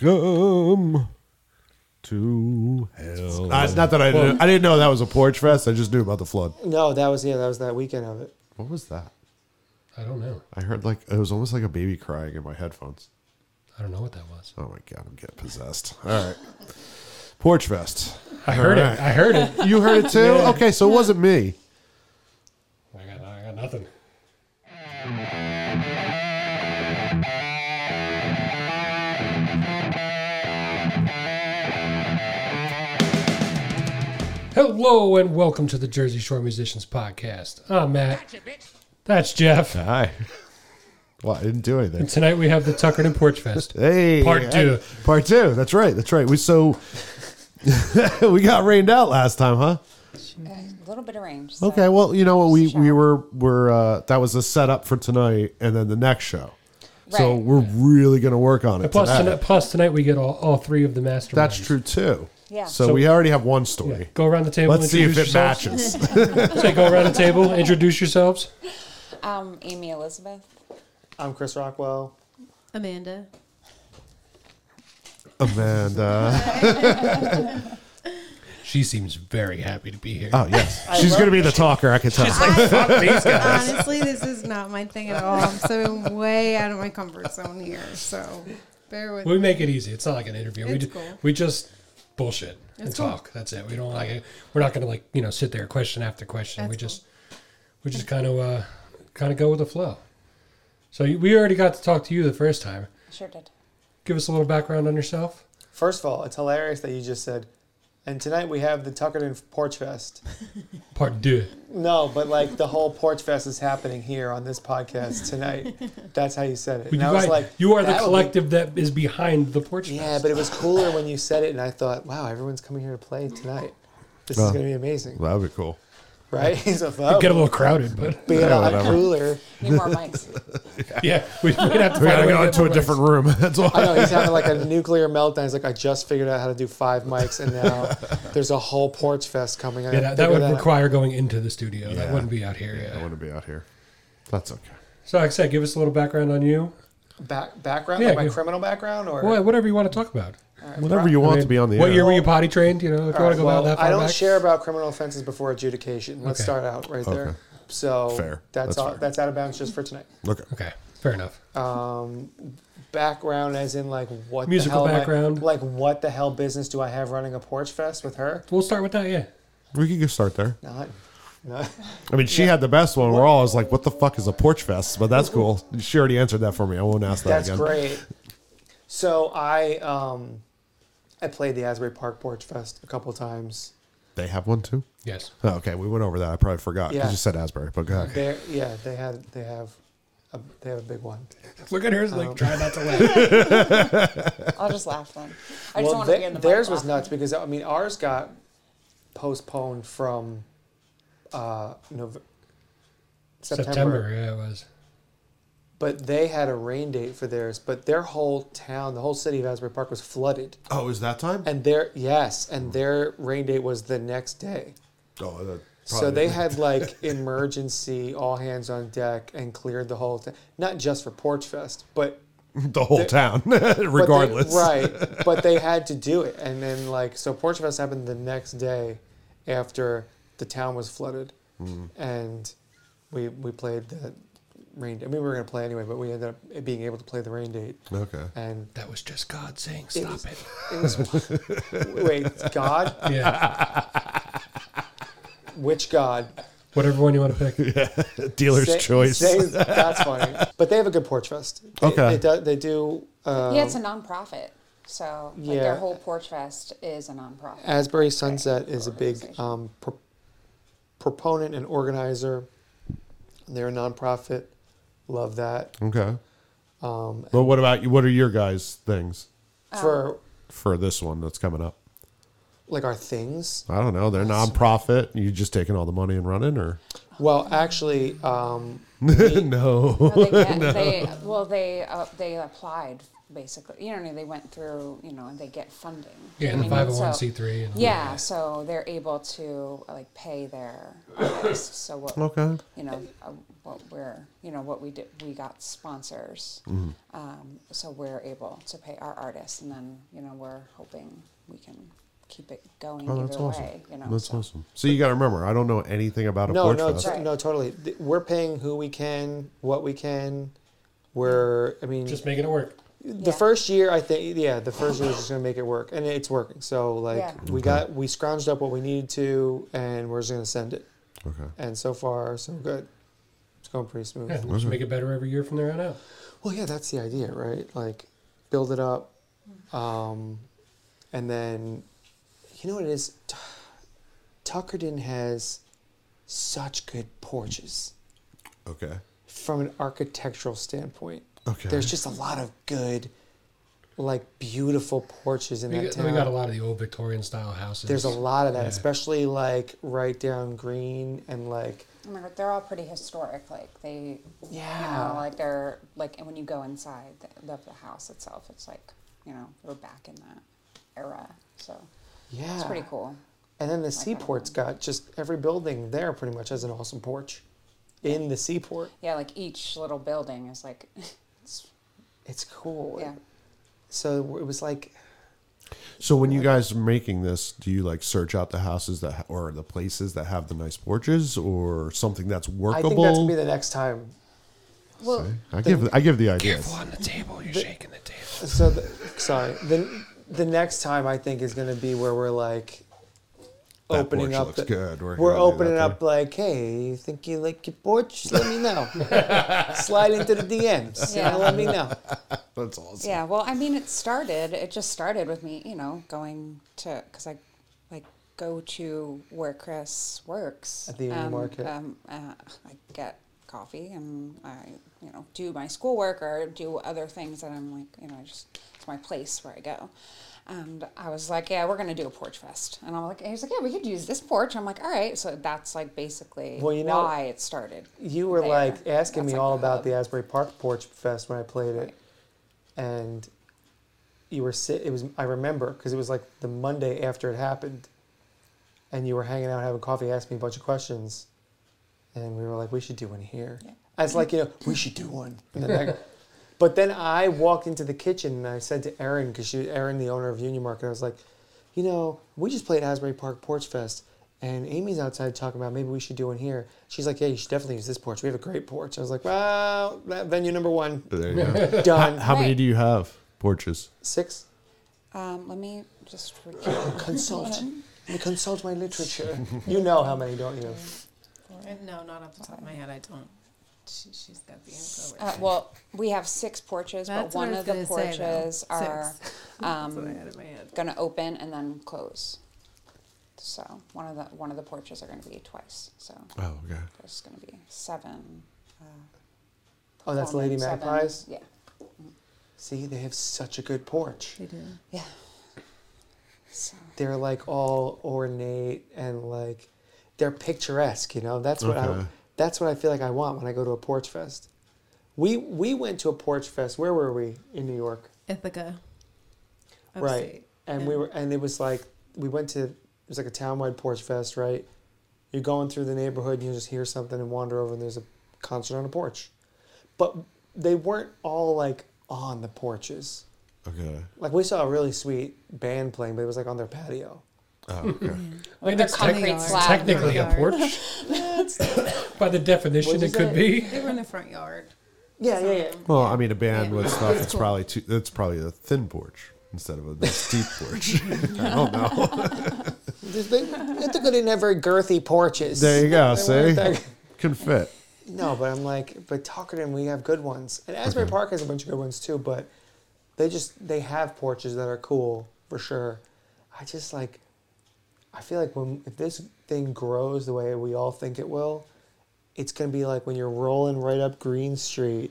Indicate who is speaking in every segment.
Speaker 1: Welcome to hell.
Speaker 2: Uh, not that I didn't, I didn't know that was a porch fest. I just knew about the flood.
Speaker 3: No, that was yeah, that was that weekend of it.
Speaker 2: What was that?
Speaker 4: I don't know.
Speaker 2: I heard like it was almost like a baby crying in my headphones.
Speaker 4: I don't know what that was.
Speaker 2: Oh my god, I'm getting possessed. All right, porch fest.
Speaker 4: I heard
Speaker 2: right.
Speaker 4: it. I heard it.
Speaker 2: You heard it too? Okay, so it wasn't me.
Speaker 4: I got, I got nothing. Hello and welcome to the Jersey Shore Musicians Podcast. I'm Matt. That's Jeff.
Speaker 2: Hi. Well, I didn't do anything.
Speaker 4: And tonight we have the Tuckered and Porch Fest.
Speaker 2: Hey,
Speaker 4: Part two.
Speaker 2: part two. That's right. That's right. We so we got rained out last time, huh?
Speaker 5: A little bit of range. so-
Speaker 2: Okay. Well, you know what? We we were were uh, that was a setup for tonight, and then the next show. So
Speaker 5: Right.
Speaker 2: we're really gonna work on it.
Speaker 4: Plus
Speaker 2: tonight.
Speaker 4: tonight, plus tonight we get all, all three of the masterminds.
Speaker 2: That's true too.
Speaker 5: Yeah.
Speaker 2: So,
Speaker 4: So-
Speaker 2: we already have one
Speaker 4: Yeah,
Speaker 2: story.
Speaker 4: Go around the table.
Speaker 2: Let's see if it
Speaker 4: introduce yourselves.
Speaker 2: matches.
Speaker 4: Okay, go around the table. Introduce yourselves.
Speaker 5: Um, Amy Elizabeth.
Speaker 3: I'm Chris Rockwell.
Speaker 6: Amanda.
Speaker 2: Amanda.
Speaker 4: She seems very happy to be here.
Speaker 2: Oh yes, she's gonna be the talker. I can tell.
Speaker 6: Honestly, this is not my thing at all. I'm so way out of my comfort zone here. So bear with
Speaker 4: we
Speaker 6: me.
Speaker 4: make it easy. It's not like an interview. we
Speaker 6: It's
Speaker 4: ju-
Speaker 6: cool.
Speaker 4: we just bullshit and
Speaker 6: It's cool.
Speaker 4: talk. That's it. We don't like it. We're not gonna like you know sit there question after question. we
Speaker 6: That's
Speaker 4: just we just kind of uh, kind of go with the flow. So you, we already got to talk to you the first time.
Speaker 5: Sure did.
Speaker 4: Give us a little background on yourself.
Speaker 3: First of all, it's hilarious that you just said, and tonight we have the Tuckerton Porch Fest.
Speaker 4: Part deux.
Speaker 3: No, but like the whole Porch Fest is happening here on this podcast tonight. That's how you said it.
Speaker 4: You,
Speaker 3: And I was
Speaker 4: guys-
Speaker 3: like,
Speaker 4: you are the
Speaker 3: that would be-
Speaker 4: collective that is behind the porch.
Speaker 3: yeah,
Speaker 4: Fest.
Speaker 3: but it was cooler when you said it, and I thought, wow, everyone's coming here to play tonight. This
Speaker 2: Well.
Speaker 3: is going to be amazing,
Speaker 2: That would be cool.
Speaker 3: right? so, that
Speaker 4: get a
Speaker 3: would
Speaker 4: little crowded, but
Speaker 3: be a
Speaker 2: Yeah,
Speaker 3: lot
Speaker 2: whatever.
Speaker 3: cooler.
Speaker 5: Need more mics.
Speaker 4: yeah, we, we'd have to
Speaker 2: We
Speaker 4: find
Speaker 2: gotta
Speaker 4: way
Speaker 2: go
Speaker 4: get
Speaker 2: into
Speaker 4: more
Speaker 2: a
Speaker 4: mics.
Speaker 2: different room. That's
Speaker 3: I
Speaker 2: why.
Speaker 3: know he's having like a nuclear meltdown. He's like, I just figured out how to do five mics, and now there's a whole porch fest coming. I
Speaker 4: Yeah,
Speaker 3: gotta
Speaker 4: that, that
Speaker 3: figure
Speaker 4: would
Speaker 3: out.
Speaker 4: require going into the studio.
Speaker 2: Yeah.
Speaker 4: That wouldn't be out here.
Speaker 2: I
Speaker 4: Yeah.
Speaker 2: want to be out here. That's okay.
Speaker 4: So, like I said, give us a little background on you.
Speaker 3: Back, background,
Speaker 4: Yeah,
Speaker 3: like my
Speaker 4: go-
Speaker 3: criminal background, or
Speaker 4: Well, whatever you want to talk about.
Speaker 2: Whenever you want
Speaker 4: I mean,
Speaker 2: to be on the
Speaker 4: What
Speaker 2: air.
Speaker 4: year were you potty trained? You know, if you
Speaker 3: All right,
Speaker 4: want to go
Speaker 3: Uh, well,
Speaker 4: about that far
Speaker 3: I don't
Speaker 4: back.
Speaker 3: share about criminal offenses before adjudication. Let's
Speaker 4: Okay.
Speaker 3: start out right there.
Speaker 2: Okay.
Speaker 3: So
Speaker 2: Fair.
Speaker 3: That's,
Speaker 2: That's
Speaker 3: all.
Speaker 2: fair.
Speaker 3: That's out of bounds just for tonight.
Speaker 2: Okay.
Speaker 4: Okay, fair enough.
Speaker 3: Um, background, as in like what
Speaker 4: Musical
Speaker 3: the hell am I-
Speaker 4: background.
Speaker 3: like what the hell business do I have running a porch fest with her?
Speaker 4: We'll start with that. Yeah.
Speaker 2: We could just start there.
Speaker 3: Not, no.
Speaker 2: I mean, she had the best one. We're all I was like, "What the fuck is a porch fest?" But that's cool. She already answered that for me. I won't ask that
Speaker 3: That's
Speaker 2: again.
Speaker 3: great. So I um, I played the Asbury Park Porch Fest a couple times.
Speaker 2: They have one too.
Speaker 4: Yes.
Speaker 2: Oh, okay, we went over that. I probably forgot because
Speaker 3: Yeah.
Speaker 2: you said Asbury, but go ahead.
Speaker 3: There, yeah, they had they have a, they have a big one.
Speaker 4: Look at hers,
Speaker 3: um,
Speaker 4: like try not to laugh.
Speaker 5: I'll just laugh then. I just
Speaker 3: well,
Speaker 5: don't want to
Speaker 3: the-
Speaker 5: be in the
Speaker 3: theirs was
Speaker 5: mic laughing.
Speaker 3: nuts because I mean ours got postponed from uh, November, September,
Speaker 4: September. Yeah, it was.
Speaker 3: but they had a rain date for theirs. But their whole town, the whole city of Asbury Park, was flooded,
Speaker 2: Oh, is that time?
Speaker 3: and their yes, and their rain date was the next day.
Speaker 2: Oh, that
Speaker 3: So they had like emergency, all hands on deck, and cleared the whole thing. Not just for Porch Fest, but
Speaker 2: the whole town,
Speaker 3: but they-
Speaker 2: regardless.
Speaker 3: right? But they had to do it, and then like so, Porch Fest happened the next day after the town was flooded,
Speaker 2: Mm-hmm.
Speaker 3: and we we played the rain. I mean, we were gonna play anyway, but we ended up being able to play the rain date,
Speaker 2: Okay.
Speaker 3: and
Speaker 4: That was just God saying, "Stop
Speaker 3: was-
Speaker 4: it."
Speaker 3: it was wait, God,
Speaker 4: Yeah.
Speaker 3: which God?
Speaker 4: Whatever one you want to pick.
Speaker 2: Dealer's
Speaker 3: Say-
Speaker 2: choice.
Speaker 3: say- that's funny, but they have a good Porch Fest. They,
Speaker 2: Okay.
Speaker 3: they do. They do um,
Speaker 5: yeah, it's a nonprofit. So like
Speaker 3: Yeah.
Speaker 5: their whole porch fest is a nonprofit.
Speaker 3: Asbury Sunset is a big
Speaker 5: Organization.
Speaker 3: um, pro- proponent and organizer. They're a nonprofit. Love that.
Speaker 2: okay.
Speaker 3: Um,
Speaker 2: But
Speaker 5: Oh.
Speaker 2: what about you? What are your guys' things
Speaker 3: for
Speaker 2: for this one that's coming up?
Speaker 3: like our things.
Speaker 2: I don't know. They're nonprofit. You just taking all the money and running, or
Speaker 3: Well, actually, um,
Speaker 2: Oh, no?
Speaker 5: Well, they, get, they well they uh, they applied basically. You know, what I mean? they went through. You know, and they get funding.
Speaker 4: Yeah,
Speaker 5: I
Speaker 4: and the
Speaker 5: mean, so-
Speaker 4: 501c3 and all
Speaker 5: Yeah, so they're able to like pay their artists. so what
Speaker 2: Okay.
Speaker 5: you know uh, what we're you know what we did we got sponsors,
Speaker 2: Mm-hmm.
Speaker 5: um, so we're able to pay our artists, and then you know we're hoping we can keep it going
Speaker 2: Oh,
Speaker 5: either
Speaker 2: that's awesome.
Speaker 5: way. You know,
Speaker 2: That's
Speaker 5: so-
Speaker 2: awesome. So you got to remember, I don't know anything about a
Speaker 3: no,
Speaker 2: porch
Speaker 3: no,
Speaker 2: fest.
Speaker 3: t- no, totally. Th- We're paying who we can, what we can. We're, I mean,
Speaker 4: Just making it work.
Speaker 3: the
Speaker 5: Yeah.
Speaker 3: first year i think yeah the first year is just going to make it work and it's working so like
Speaker 5: Yeah.
Speaker 3: we got we scrounged up what we needed to and we're just going to send it
Speaker 2: Okay.
Speaker 3: and so far so good it's going pretty smooth
Speaker 4: Yeah, just make it better every year from there on out.
Speaker 3: well yeah that's the idea right like build it up um, and then you know what it is T- tuckerton has such good porches
Speaker 2: Okay.
Speaker 3: from an architectural standpoint
Speaker 2: Okay.
Speaker 3: there's just a lot of good like beautiful porches in
Speaker 4: We
Speaker 3: that
Speaker 4: got,
Speaker 3: town
Speaker 4: we got a lot of the old Victorian style houses.
Speaker 3: There's a lot of that,
Speaker 4: Yeah.
Speaker 3: especially like right down green and like
Speaker 5: Oh my God, they're all pretty historic. Like they, you
Speaker 3: Yeah.
Speaker 5: know, like they're like, and when you go inside the, of the house itself, it's like, you know, we're back in that era. So
Speaker 3: yeah,
Speaker 5: it's pretty cool.
Speaker 3: And then the seaport's got just every building there pretty much has an awesome porch. In the seaport,
Speaker 5: Yeah, like each little building is like, it's,
Speaker 3: it's cool.
Speaker 5: yeah.
Speaker 3: So it was like
Speaker 2: So when you guys are making this, do you like search out the houses that ha- or the places that have the nice porches or something that's
Speaker 3: I
Speaker 2: workable?
Speaker 3: think that's gonna be the next time.
Speaker 5: Well,
Speaker 2: I give I give the ideas.
Speaker 4: on the table. You're shaking the table.
Speaker 3: So the, sorry. The the next time I think is gonna be where we're like
Speaker 2: That
Speaker 3: opening
Speaker 2: porch
Speaker 3: up.
Speaker 2: looks
Speaker 3: the-
Speaker 2: good. We're
Speaker 3: We're,
Speaker 2: gonna do
Speaker 3: opening
Speaker 2: that
Speaker 3: up like, hey, you think you like your porch? Let me know. Slide into the DMs. Yeah.
Speaker 5: Yeah.
Speaker 3: let me know.
Speaker 2: That's awesome.
Speaker 5: Yeah, well, I mean, it started. It just started with me, you know, going to because I like go to where Chris works
Speaker 3: At the Union
Speaker 5: and,
Speaker 3: Market.
Speaker 5: Um, uh, I get coffee and I, you know, do my schoolwork or do other things that I'm like, you know, I just it's my place where I go. And I was like, yeah, we're gonna do a porch fest, and I'm like, and he's like, yeah, we could use this porch. I'm like, all right, so that's like basically
Speaker 3: Well, you know-
Speaker 5: why it started.
Speaker 3: You were
Speaker 5: there.
Speaker 3: like asking
Speaker 5: That's
Speaker 3: me
Speaker 5: like
Speaker 3: all
Speaker 5: the
Speaker 3: about
Speaker 5: hub.
Speaker 3: the Asbury Park Porch Fest when I played it, and you were sit. It was I remember because it was like the Monday after it happened, and you were hanging out having coffee, asking me a bunch of questions, and we were like, we should do one here. I was like, you know, we should do one. And then I, but then I walked into the kitchen and I said to Erin because she Erin, the owner of Union Market, I was like, you know, we just played Asbury Park Porch Fest, and Amy's outside talking about maybe we should do one here. She's like, yeah, you should definitely use this porch. We have a great porch. I was like, well, that venue number one
Speaker 2: There you go.
Speaker 3: done.
Speaker 2: How many
Speaker 5: Right.
Speaker 2: do you have? Porches.
Speaker 3: Six.
Speaker 5: Um, let me just recount.
Speaker 3: Consult. Let me consult my literature. You know how many, don't you?
Speaker 6: No, not off the top of my head. I don't. She, she's got the info.
Speaker 5: Uh, well, we have six porches,
Speaker 6: That's
Speaker 5: but one
Speaker 6: what I
Speaker 5: of
Speaker 6: was
Speaker 5: the
Speaker 6: gonna say, though.
Speaker 5: porches are
Speaker 6: Six. That's what I
Speaker 5: um,
Speaker 6: had in my head.
Speaker 5: going to open and then close. So one of the one of the porches are going to be twice. So
Speaker 2: Oh, okay.
Speaker 5: there's going to be seven. Uh,
Speaker 3: Oh, that's Lady
Speaker 5: performing, seven-
Speaker 3: Magpies.
Speaker 5: Yeah,
Speaker 3: See, they have such a good porch.
Speaker 6: They do.
Speaker 5: yeah. So
Speaker 3: they're like all ornate and like they're picturesque you know that's what i
Speaker 2: Okay.
Speaker 3: that's what i feel like i want when i go to a porch fest we we went to a porch fest where were we in new york
Speaker 6: Ithaca.
Speaker 3: right and we were and it was like we went to it was like a townwide porch fest right you're going through the neighborhood and you just hear something and wander over and there's a concert on a porch but they weren't all like on the porches
Speaker 2: Okay.
Speaker 3: like we saw a really sweet band playing but it was like on their patio
Speaker 2: Oh, okay.
Speaker 4: I mean,
Speaker 5: They're
Speaker 4: that's
Speaker 5: concrete
Speaker 4: technically-
Speaker 5: slab.
Speaker 4: technically a
Speaker 6: Front yard.
Speaker 4: porch. By the definition,
Speaker 3: What'd
Speaker 4: it
Speaker 3: you
Speaker 4: could
Speaker 3: say?
Speaker 4: be.
Speaker 6: They were in the front yard.
Speaker 3: yeah yeah yeah
Speaker 2: Well, I mean, a band
Speaker 6: Yeah.
Speaker 2: with stuff. It's
Speaker 6: cool.
Speaker 2: probably too, that's probably a thin porch instead of a nice deep porch. I don't know.
Speaker 3: They, Ithaca didn't have very girthy porches.
Speaker 2: There you go. See,
Speaker 3: that-
Speaker 2: can fit.
Speaker 3: no, but I'm like, but Tuckerton, we have good ones, and Asbury Park has a bunch of good ones too. But they just they have porches that are cool for sure. I just like, I feel like when if this thing grows the way we all think it will, it's gonna be like when you're rolling right up Green Street.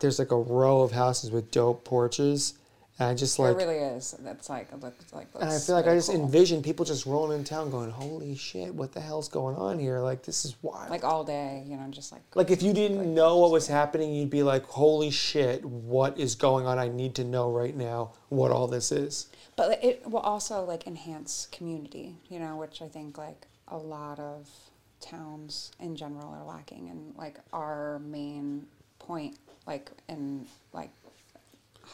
Speaker 3: There's like a row of houses with dope porches, And I just like,
Speaker 5: it really is. That's like it looks like.
Speaker 3: and I
Speaker 5: looks
Speaker 3: feel like I
Speaker 5: really
Speaker 3: just
Speaker 5: cool.
Speaker 3: envision people just rolling in town, going, "Holy shit, what the hell's going on here? Like this is wild."
Speaker 5: like all day, you know, just like
Speaker 3: Like if you didn't know what was happening, you'd be like, "Holy shit, what is going on? I need to know right now what all this is."
Speaker 5: but like, it will also like enhance community you know which i think like a lot of towns in general are lacking and like our main point like in like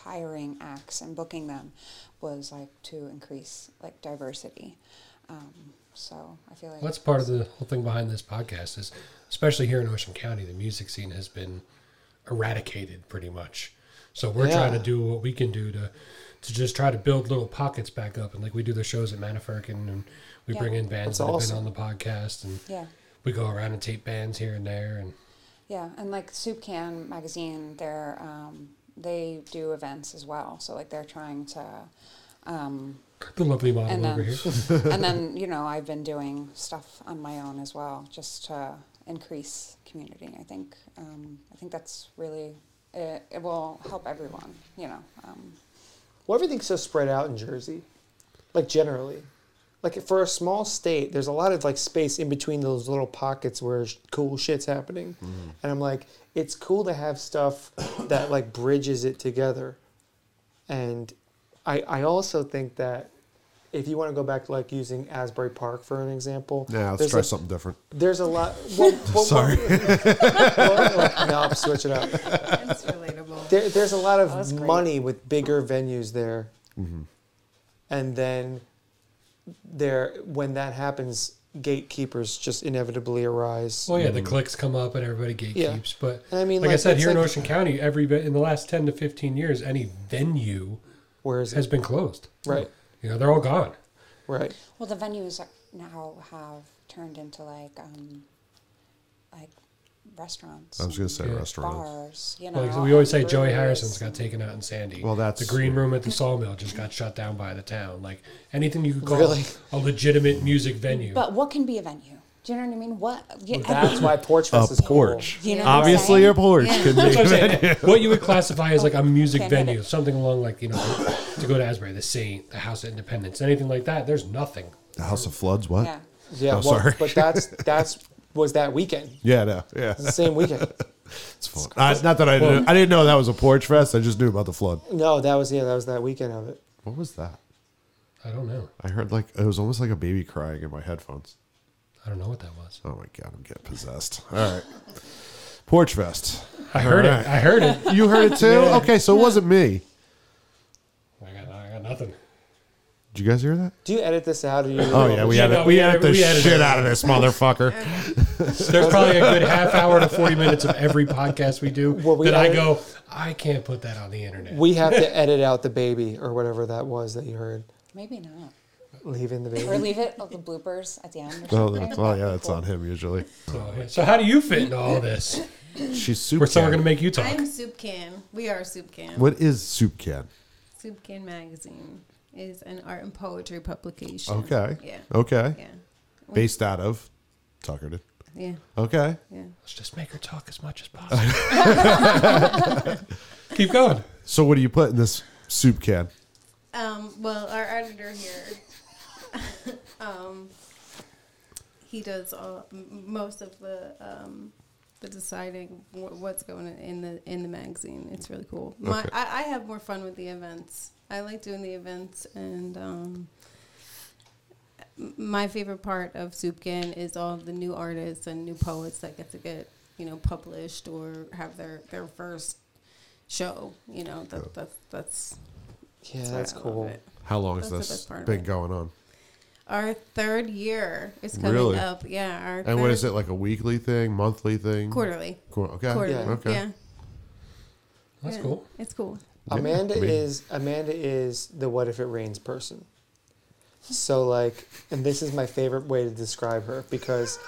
Speaker 5: hiring acts and booking them was like to increase like diversity um, so i feel like
Speaker 4: Well, that's part of the whole thing behind this podcast is, especially here in Ocean County, the music scene has been eradicated pretty much. So we're
Speaker 3: Yeah.
Speaker 4: trying to do what we can do to to just try to build little pockets back up, and like we do the shows at Manafurkin, and we
Speaker 5: Yeah.
Speaker 4: bring in bands
Speaker 3: That's
Speaker 4: that
Speaker 3: awesome.
Speaker 4: have been on the podcast, and
Speaker 5: yeah
Speaker 4: we go around and tape bands here and there, and
Speaker 5: Yeah, and like Soup Can magazine, they're um, they do events as well. So like they're trying to, um,
Speaker 4: the lovely model
Speaker 5: and um,
Speaker 4: over
Speaker 5: then
Speaker 4: here.
Speaker 5: and then you know I've been doing stuff on my own as well, just to increase community. I think um, I think that's really it, it will help everyone. You know, um,
Speaker 3: Well, everything's so spread out in Jersey, like generally. Like for a small state, there's a lot of like space in between those little pockets where sh- cool shit's happening,
Speaker 2: Mm-hmm.
Speaker 3: and I'm like, it's cool to have stuff that like bridges it together, and I I also think that if you want to go back to like using Asbury Park for an example,
Speaker 2: Yeah, let's
Speaker 3: there's
Speaker 2: try
Speaker 3: a-
Speaker 2: something different.
Speaker 3: There's a lot. Well, well,
Speaker 2: Sorry.
Speaker 3: well, well, no, I'm switching up.
Speaker 6: um, It's relatable.
Speaker 3: There, there's a lot
Speaker 5: Oh, that's
Speaker 3: of
Speaker 5: great.
Speaker 3: money with bigger venues there,
Speaker 2: Mm-hmm.
Speaker 3: and then there when that happens, gatekeepers just inevitably arise.
Speaker 4: Well, yeah, the clicks come up and everybody gatekeeps.
Speaker 3: Mm-hmm. Yeah.
Speaker 4: But
Speaker 3: And I mean,
Speaker 4: like, I
Speaker 3: like,
Speaker 4: said,
Speaker 3: it's
Speaker 4: here in
Speaker 3: like-
Speaker 4: Ocean County, every ve- in the last ten to fifteen years, any venue
Speaker 3: Where is
Speaker 4: has
Speaker 3: it?
Speaker 4: been closed.
Speaker 3: Right,
Speaker 4: You know, they're all gone.
Speaker 3: right.
Speaker 5: well the venues are- now have turned into like um, like restaurants.
Speaker 2: I was going
Speaker 5: and
Speaker 2: to say
Speaker 4: Yeah.
Speaker 2: restaurants.
Speaker 5: bars. You know,
Speaker 4: Like we always say,
Speaker 5: and
Speaker 4: Joey
Speaker 5: breweries.
Speaker 4: Harrison's got taken out in Sandy.
Speaker 2: Well, that's-
Speaker 4: the green room at the sawmill just got shut down by the town. Like anything you could call
Speaker 3: Really?
Speaker 4: a legitimate music venue.
Speaker 5: But what can be a venue? Do you know what I mean? What? Yeah,
Speaker 3: That's why Porch Fest is
Speaker 5: You know what I'm
Speaker 1: Obviously,
Speaker 5: saying?
Speaker 1: a porch could be.
Speaker 4: That's what, I'm saying. what you would classify as like a music
Speaker 5: Can't hit
Speaker 4: venue,
Speaker 5: it.
Speaker 4: something along like you know, to go to Asbury, the Saint, the House of Independence, anything like that. There's nothing.
Speaker 2: The House of Floods, what?
Speaker 5: Yeah.
Speaker 3: Cool. Yeah,
Speaker 2: Oh,
Speaker 3: well,
Speaker 2: sorry.
Speaker 3: but that's that's was that weekend.
Speaker 2: Yeah, no, yeah.
Speaker 3: It's the same weekend.
Speaker 2: It's fun. Uh, not that I didn't, I didn't know that was a porch fest. I just knew about the flood.
Speaker 3: No, that was yeah, that was that weekend of it.
Speaker 2: What was that?
Speaker 4: I don't know.
Speaker 2: I heard like it was almost like a baby crying in my headphones.
Speaker 4: I don't know what that was.
Speaker 2: Oh my god, I'm getting possessed. All right, porch fest.
Speaker 4: I heard
Speaker 2: All right.
Speaker 4: it. I heard it.
Speaker 2: You heard it too? Okay, so it wasn't me.
Speaker 4: I got, I got nothing.
Speaker 2: Did you guys hear that?
Speaker 3: Do you edit this out or you?
Speaker 2: Oh yeah, we
Speaker 4: Yeah,
Speaker 2: edit,
Speaker 4: no,
Speaker 2: we,
Speaker 4: we
Speaker 2: edit the
Speaker 4: edit- we edit
Speaker 2: shit
Speaker 4: it.
Speaker 2: out of this motherfucker.
Speaker 4: There's probably a good half hour to 40 minutes of every podcast we do
Speaker 3: Well, we
Speaker 4: that I
Speaker 3: are-
Speaker 4: go, I can't put that on the internet.
Speaker 3: We have to edit out the baby or whatever that was that you heard.
Speaker 5: Maybe not.
Speaker 3: Leaving the
Speaker 5: Or
Speaker 3: baby.
Speaker 5: leave it the bloopers at the end. Or
Speaker 2: oh,
Speaker 5: something.
Speaker 2: that's, well, yeah, that's on him usually.
Speaker 4: so, yeah. So how do you fit into all this?
Speaker 2: She's soup.
Speaker 4: We're, so we're
Speaker 2: can.
Speaker 4: going to make you talk.
Speaker 6: I'm soup can. We are soup can.
Speaker 2: What is soup can?
Speaker 6: Soup can magazine is an art and poetry publication.
Speaker 2: Okay.
Speaker 6: Yeah.
Speaker 2: Okay.
Speaker 6: Yeah.
Speaker 2: Based out of Tuckerton.
Speaker 6: Yeah.
Speaker 2: Okay.
Speaker 6: Yeah.
Speaker 4: Let's just make her talk as much as possible. Keep going.
Speaker 2: So what do you put in this soup can?
Speaker 6: Um, well, our editor here, um, he does all m- most of the um, the deciding wh- what's going on in the in the magazine. It's really cool. My,
Speaker 2: Okay.
Speaker 6: I, I have more fun with the events. I like doing the events, and um, m- my favorite part of Soupkin is all of the new artists and new poets that get to get you know published or have their their first show. You know that that's that's
Speaker 3: Yeah, that's
Speaker 6: why I love
Speaker 3: cool.
Speaker 6: it.
Speaker 2: How long has
Speaker 6: That's the
Speaker 2: this
Speaker 6: best part of
Speaker 2: been
Speaker 6: it.
Speaker 2: going on?
Speaker 6: Our third year is coming
Speaker 2: Really?
Speaker 6: up. Yeah. Our
Speaker 2: And what is it like a weekly thing, monthly thing?
Speaker 6: Quarterly.
Speaker 2: Quar- okay.
Speaker 6: Quarterly. Yeah.
Speaker 2: Okay.
Speaker 4: That's
Speaker 6: Yeah.
Speaker 4: cool.
Speaker 6: It's cool.
Speaker 3: Amanda
Speaker 2: I mean-
Speaker 3: is Amanda is the what if it rains person. So like, and this is my favorite way to describe her because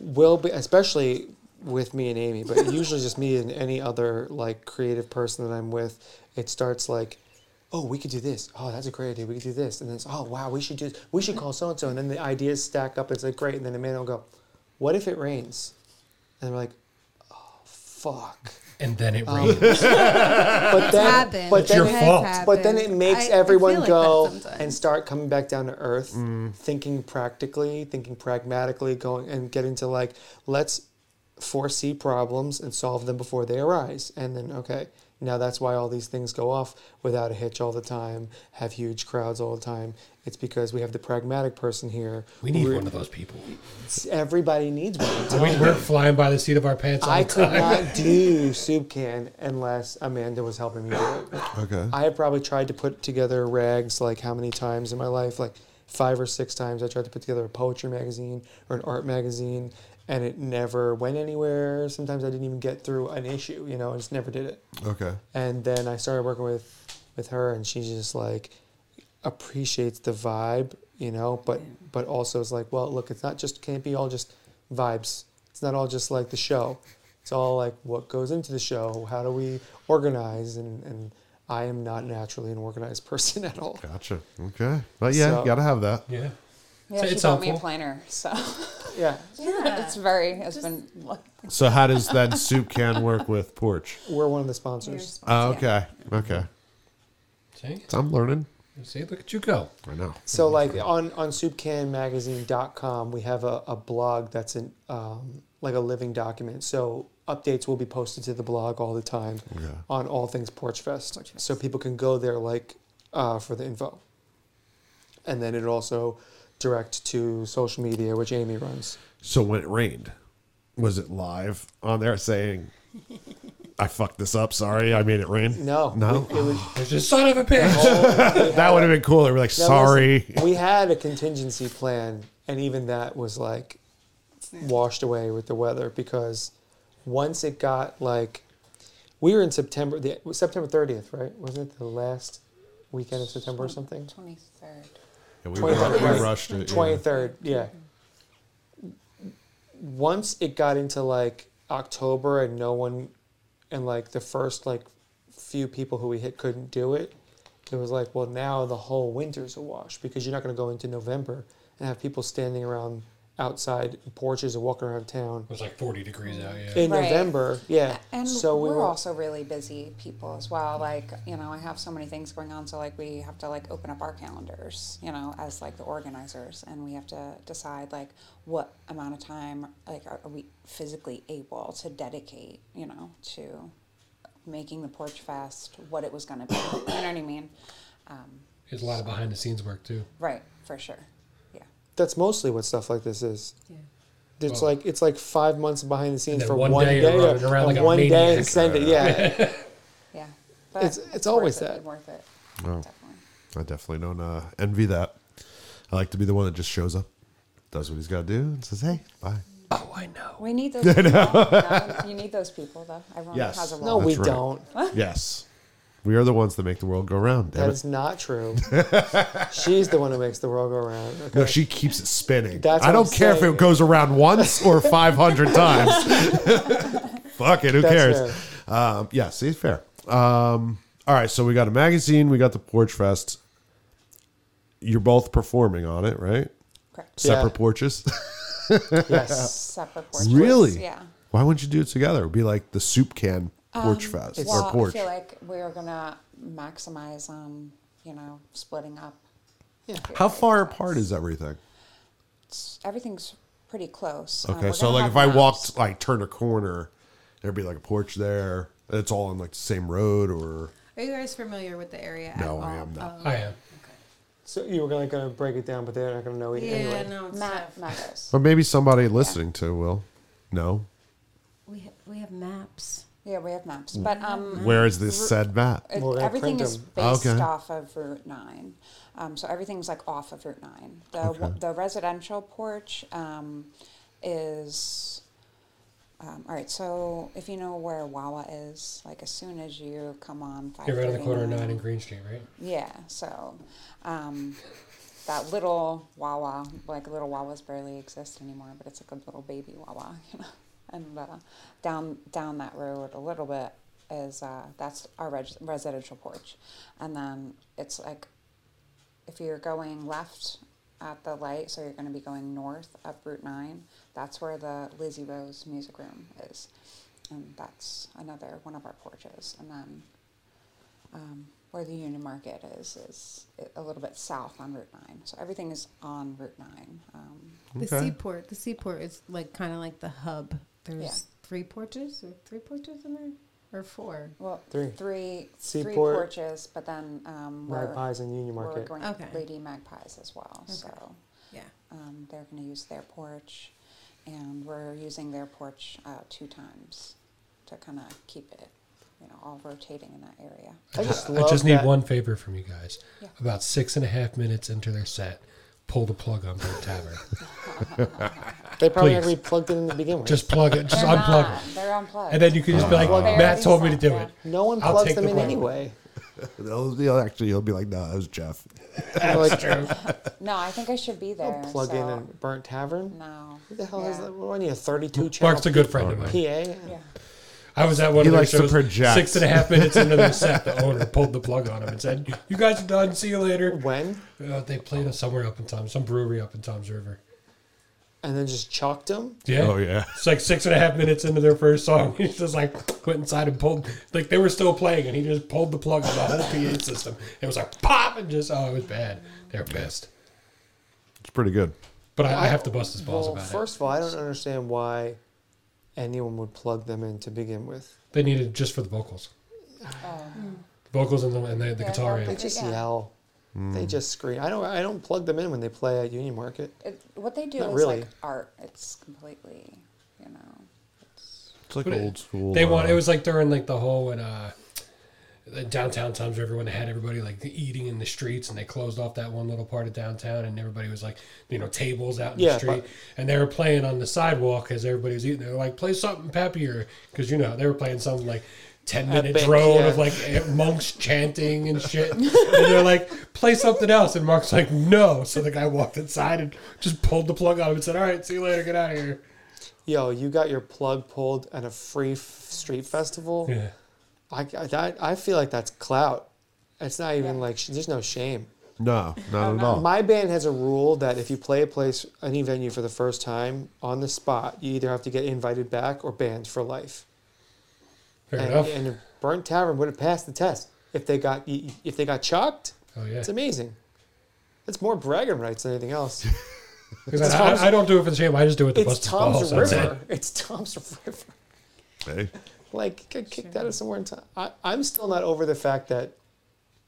Speaker 3: will be especially with me and Amy, but usually just me and any other like creative person that I'm with, it starts like, oh, we could do this. Oh, that's a great idea. We could do this, and then it's oh wow, we should do. We should call so and so, and then the ideas stack up. It's like great, and then Amanda will go, what if it rains? And we're like, "Oh, fuck.
Speaker 4: and then it rains.
Speaker 3: But then,
Speaker 6: Happens.
Speaker 3: but then,
Speaker 4: your
Speaker 6: It
Speaker 3: it-
Speaker 6: has
Speaker 4: fault.
Speaker 3: but then it
Speaker 6: happened. I- I
Speaker 3: makes
Speaker 6: feel
Speaker 3: everyone
Speaker 6: like that
Speaker 3: go
Speaker 6: sometimes.
Speaker 3: and start coming back down to earth,
Speaker 4: Mm.
Speaker 3: thinking practically, thinking pragmatically, going and getting to like, let's foresee problems and solve them before they arise. And then, okay, now that's why all these things go off without a hitch all the time, have huge crowds all the time. It's because we have the pragmatic person here.
Speaker 4: we need
Speaker 3: We're-
Speaker 4: one of those people.
Speaker 3: Everybody needs one. I'm
Speaker 4: I
Speaker 3: telling
Speaker 4: mean, we're flying by the seat of our pants. All
Speaker 3: I
Speaker 4: the
Speaker 3: could
Speaker 4: time.
Speaker 3: not do soup can unless Amanda was helping me do it.
Speaker 2: Okay.
Speaker 3: I have probably tried to put together rags like how many times in my life? Like five or six times I tried to put together a poetry magazine or an art magazine and it never went anywhere. Sometimes I didn't even get through an issue, you know, I just never did it.
Speaker 2: okay.
Speaker 3: And then I started working with with her and she's just like appreciates the vibe, you know, but but also is like, well, look, it's not just can't be all just vibes. It's not all just like the show. It's all like what goes into the show. How do we organize? And and I am not naturally an organized person at all.
Speaker 2: Gotcha. Okay. But yeah,
Speaker 3: So-
Speaker 2: gotta have that.
Speaker 4: Yeah.
Speaker 5: Yeah,
Speaker 4: So
Speaker 5: she
Speaker 4: it's
Speaker 5: bought me a
Speaker 4: helpful.
Speaker 5: planner, so
Speaker 3: Yeah,
Speaker 5: it's very. It's been.
Speaker 2: So how does that soup can work with porch?
Speaker 3: we're one of the sponsors.
Speaker 2: Oh, okay. Okay.
Speaker 4: See?
Speaker 2: So I'm learning.
Speaker 4: See? Look at you go.
Speaker 2: I know.
Speaker 3: So like on on soupcanmagazine.com, we have a, a blog that's an um, like a living document. So updates will be posted to the blog all the time
Speaker 2: Okay.
Speaker 3: on all things Porch Fest.
Speaker 6: Porch Fest.
Speaker 3: So people can go there like uh, for the info, and then it also direct to social media, which Amy runs.
Speaker 2: So when it rained, was it live on there saying, "I fucked this up. Sorry, I made it rain."
Speaker 3: No,
Speaker 2: No?
Speaker 3: we- it was,
Speaker 4: There's just son of a bitch.
Speaker 2: That would have been cool. They were like,
Speaker 3: Now,
Speaker 2: "Sorry."
Speaker 3: listen, we had a contingency plan, and even that was like washed away with the weather because once it got like we were in September, the, it was September 30th, right? Wasn't it the last weekend of September or something?
Speaker 5: Twenty third.
Speaker 2: Yeah, we,
Speaker 3: 23rd,
Speaker 2: rushed, we
Speaker 3: right?
Speaker 2: rushed it. yeah.
Speaker 3: 23rd, yeah. Once it got into like October and no one, and like the first like few people who we hit couldn't do it, it was like, well, now the whole winter's a wash because you're not going to go into November and have people standing around outside porches and walking around town
Speaker 4: It was like 40 degrees out, yeah.
Speaker 3: in
Speaker 5: Right.
Speaker 3: November. Yeah.
Speaker 5: And
Speaker 3: so we
Speaker 5: we're
Speaker 3: were
Speaker 5: also really busy people as well. Like, you know, I have so many things going on, so like we have to like open up our calendars, you know, as like the organizers, and we have to decide like what amount of time like are, are we physically able to dedicate, you know, to making the porch fest what it was going to be. you know what I mean? Um,
Speaker 4: There's a lot of behind the scenes work, too.
Speaker 5: right, for sure. Yeah.
Speaker 3: that's mostly what stuff like this is.
Speaker 6: Yeah.
Speaker 3: It's
Speaker 4: Well-
Speaker 3: like it's like five months behind the scenes
Speaker 4: then
Speaker 3: for
Speaker 4: one
Speaker 3: one
Speaker 4: day
Speaker 3: day,
Speaker 4: you're
Speaker 3: or-
Speaker 4: running around
Speaker 3: and
Speaker 4: like a
Speaker 3: one day
Speaker 4: maniac. uh,
Speaker 3: and send it. Yeah,
Speaker 5: Yeah. But
Speaker 3: It's- it's always
Speaker 5: worth it,
Speaker 3: that.
Speaker 5: worth it.
Speaker 2: Oh.
Speaker 5: Definitely.
Speaker 2: I definitely don't uh, envy that. I like to be the one that just shows up, does what he's got to do, and says, "Hey, bye."
Speaker 4: Oh, I know.
Speaker 5: We need those people. No, you need those people though. Everyone
Speaker 2: Yes.
Speaker 5: has a role.
Speaker 3: no, we
Speaker 2: That's right.
Speaker 3: don't.
Speaker 2: yes, we are the ones that make the world go round. damn
Speaker 3: That
Speaker 2: it.
Speaker 3: is not true. She's the one who makes the world go round. okay?
Speaker 2: No, she keeps it spinning.
Speaker 3: That's
Speaker 2: I
Speaker 3: what
Speaker 2: don't
Speaker 3: I'm
Speaker 2: care if
Speaker 3: saying.
Speaker 2: it goes around once or 500 times. Fuck it. Who
Speaker 3: That's
Speaker 2: cares? Um, yeah, see, it's fair. Um, all right, so we got a magazine. We got the Porch Fest. You're both performing on it, right?
Speaker 5: Correct.
Speaker 2: Separate porches.
Speaker 3: Yes.
Speaker 5: separate porch
Speaker 2: Really?
Speaker 5: fest, Yeah.
Speaker 2: Why wouldn't you do it together? It'd be like the soup can Porch Fest
Speaker 5: Well,
Speaker 2: or porch.
Speaker 5: I feel like we're gonna maximize, um, you know, splitting up.
Speaker 3: Yeah.
Speaker 2: How far apart is everything?
Speaker 5: It's- Everything's pretty close. Uh,
Speaker 2: Okay,
Speaker 5: we're
Speaker 2: so
Speaker 5: gonna
Speaker 2: like
Speaker 5: have
Speaker 2: if I
Speaker 5: maps.
Speaker 2: walked, like turn a corner, there'd be like a porch there. It's all on like the same road or.
Speaker 6: Are you guys familiar with the area? at
Speaker 2: No,
Speaker 6: all?
Speaker 2: I am not.
Speaker 5: um,
Speaker 6: Oh,
Speaker 4: I am.
Speaker 3: So you were gonna, gonna break it down, but they're not gonna know it
Speaker 6: Oh, yeah,
Speaker 3: anyway.
Speaker 6: no, it's
Speaker 5: map,
Speaker 6: tough.
Speaker 5: matters.
Speaker 2: Or maybe somebody listening to will know
Speaker 6: We ha- we have maps.
Speaker 5: Yeah, we have maps, but um,
Speaker 2: Mm. where is this said map.
Speaker 5: it-
Speaker 3: We're gonna
Speaker 5: everything
Speaker 3: print
Speaker 5: is
Speaker 3: 'em.
Speaker 5: based
Speaker 2: Okay.
Speaker 5: off of Route Nine. Um, so everything's like off of Route Nine. The the residential porch um, is. Um, all right, so if you know where Wawa is, like as soon as you come on,
Speaker 4: You're right on the corner of 9
Speaker 5: 539,
Speaker 4: and Green Street, right?
Speaker 5: Yeah, so um, that little Wawa, like little Wawas barely exist anymore, but it's like a little baby Wawa, you know. And uh, down down that road a little bit is uh, that's our res- residential porch, and then it's like if you're going left at the light, so you're going to be going north up Route Nine. That's where the Lizzie Rose Music Room is, and that's another one of our porches. And then um, where the Union Market is is a little bit south on Route Nine. So everything is on Route Nine. Um,
Speaker 6: The
Speaker 2: Okay.
Speaker 6: seaport. The seaport is like kind of like the hub. There's
Speaker 5: Yeah.
Speaker 6: three porches or three porches in there or four.
Speaker 5: well,
Speaker 3: Three.
Speaker 5: three, three
Speaker 3: Seaport.
Speaker 5: porches, but then um, we're,
Speaker 3: Magpies and Union
Speaker 5: we're
Speaker 3: Market.
Speaker 5: going
Speaker 6: Okay.
Speaker 5: Lady Magpies as well. So
Speaker 6: Yeah.
Speaker 5: um, they're going to use their porch, and we're using their porch uh, two times to kind of keep it, you know, all rotating in that area.
Speaker 3: I just
Speaker 4: I
Speaker 3: love
Speaker 4: just need
Speaker 3: that-
Speaker 4: one favor from you guys.
Speaker 5: Yeah.
Speaker 4: About six and a half minutes into their set, pull the plug on Bird Tavern.
Speaker 3: They probably
Speaker 4: Please.
Speaker 3: actually plugged it in to begin with.
Speaker 4: just plug it. Just
Speaker 5: They're
Speaker 4: unplug
Speaker 5: not.
Speaker 4: it.
Speaker 5: They're unplugged.
Speaker 4: And then you can just be like,
Speaker 5: They're
Speaker 4: Matt told me to
Speaker 5: already
Speaker 4: do
Speaker 5: set,
Speaker 4: it.
Speaker 3: no one
Speaker 4: I'll
Speaker 3: plugs
Speaker 4: take
Speaker 3: them
Speaker 4: the
Speaker 3: in
Speaker 4: blame.
Speaker 3: anyway.
Speaker 1: He'll, he'll actually, he'll be like, no, that was Jeff.
Speaker 3: They're like,
Speaker 5: yeah. No, I think I should be there.
Speaker 3: I'll plug in
Speaker 5: so-
Speaker 3: and burnt tavern.
Speaker 5: No.
Speaker 3: What the hell is
Speaker 5: Yeah.
Speaker 3: that? What do I need a 32 channel
Speaker 4: Mark's a good friend of
Speaker 3: PA?
Speaker 4: mine.
Speaker 5: Yeah.
Speaker 4: I was at one
Speaker 2: He
Speaker 4: of their
Speaker 2: likes to
Speaker 4: shows.
Speaker 2: project.
Speaker 4: Six and a half minutes into their set, the owner pulled the plug on him and said, "You guys are done. See you later."
Speaker 3: When?
Speaker 4: Uh, they played us somewhere up in Tom, some brewery up in Tom's River.
Speaker 3: And then just chalked them?
Speaker 4: Yeah.
Speaker 2: Oh, yeah.
Speaker 4: It's like six and a half minutes into their first song. He just like went inside and pulled, like they were still playing, and he just pulled the plug on the whole PA system. It was like pop, and just oh, it was bad. They're pissed.
Speaker 2: It's pretty good.
Speaker 4: But I, I have to bust his balls
Speaker 3: Well,
Speaker 4: about
Speaker 3: first of all, I don't understand why anyone would plug them in to begin with.
Speaker 4: it. They needed just for the vocals,
Speaker 5: Oh.
Speaker 4: vocals and the, and the, the
Speaker 5: Yeah,
Speaker 4: guitar.
Speaker 5: well,
Speaker 4: in.
Speaker 3: They just
Speaker 5: Yeah.
Speaker 3: yell. They just scream. I don't. I don't plug them in when they play at Union Market.
Speaker 5: It, what they do
Speaker 3: Not
Speaker 5: is
Speaker 3: really.
Speaker 5: like art. It's completely, you know. It's,
Speaker 2: It's like
Speaker 4: But it-
Speaker 2: old school.
Speaker 4: They want
Speaker 2: uh,
Speaker 4: it was like during like the whole when uh the downtown Tom's River when they had everybody like eating in the streets and they closed off that one little part of downtown and everybody was like you know tables out in the
Speaker 3: Yeah,
Speaker 4: street
Speaker 3: but-
Speaker 4: and they were playing on the sidewalk as everybody was eating. They were like play something peppier because you know they were playing something like. 10 minute
Speaker 3: Epic,
Speaker 4: drone
Speaker 3: yeah.
Speaker 4: of like eh, monks chanting and shit. and they're like, play something else. And Mark's like, no. So the guy walked inside and just pulled the plug on him and said, all right, see you later. Get out of here.
Speaker 3: Yo, you got your plug pulled at a free f- street festival.
Speaker 4: Yeah.
Speaker 3: I, I, that- I feel like that's clout. It's not even like sh- there's no shame.
Speaker 2: No,
Speaker 5: Oh,
Speaker 2: not at all.
Speaker 3: My band has a rule that if you play a place, any venue for the first time on the spot, you either have to get invited back or banned for life.
Speaker 4: Fair
Speaker 3: and,
Speaker 4: enough.
Speaker 3: and Burnt Tavern would have passed the test if they got if they got chucked.
Speaker 4: oh, yeah.
Speaker 3: It's amazing. It's more bragging rights than anything else.
Speaker 4: Because I,
Speaker 3: Tom's-
Speaker 4: I, I don't do it for the shame. I just do it to
Speaker 3: it's
Speaker 4: bust his
Speaker 3: Tom's
Speaker 4: balls. That's
Speaker 3: River.
Speaker 4: it.
Speaker 3: It's Tom's River.
Speaker 2: Hey,
Speaker 3: Like get kicked out of somewhere in time. I, I'm still not over the fact that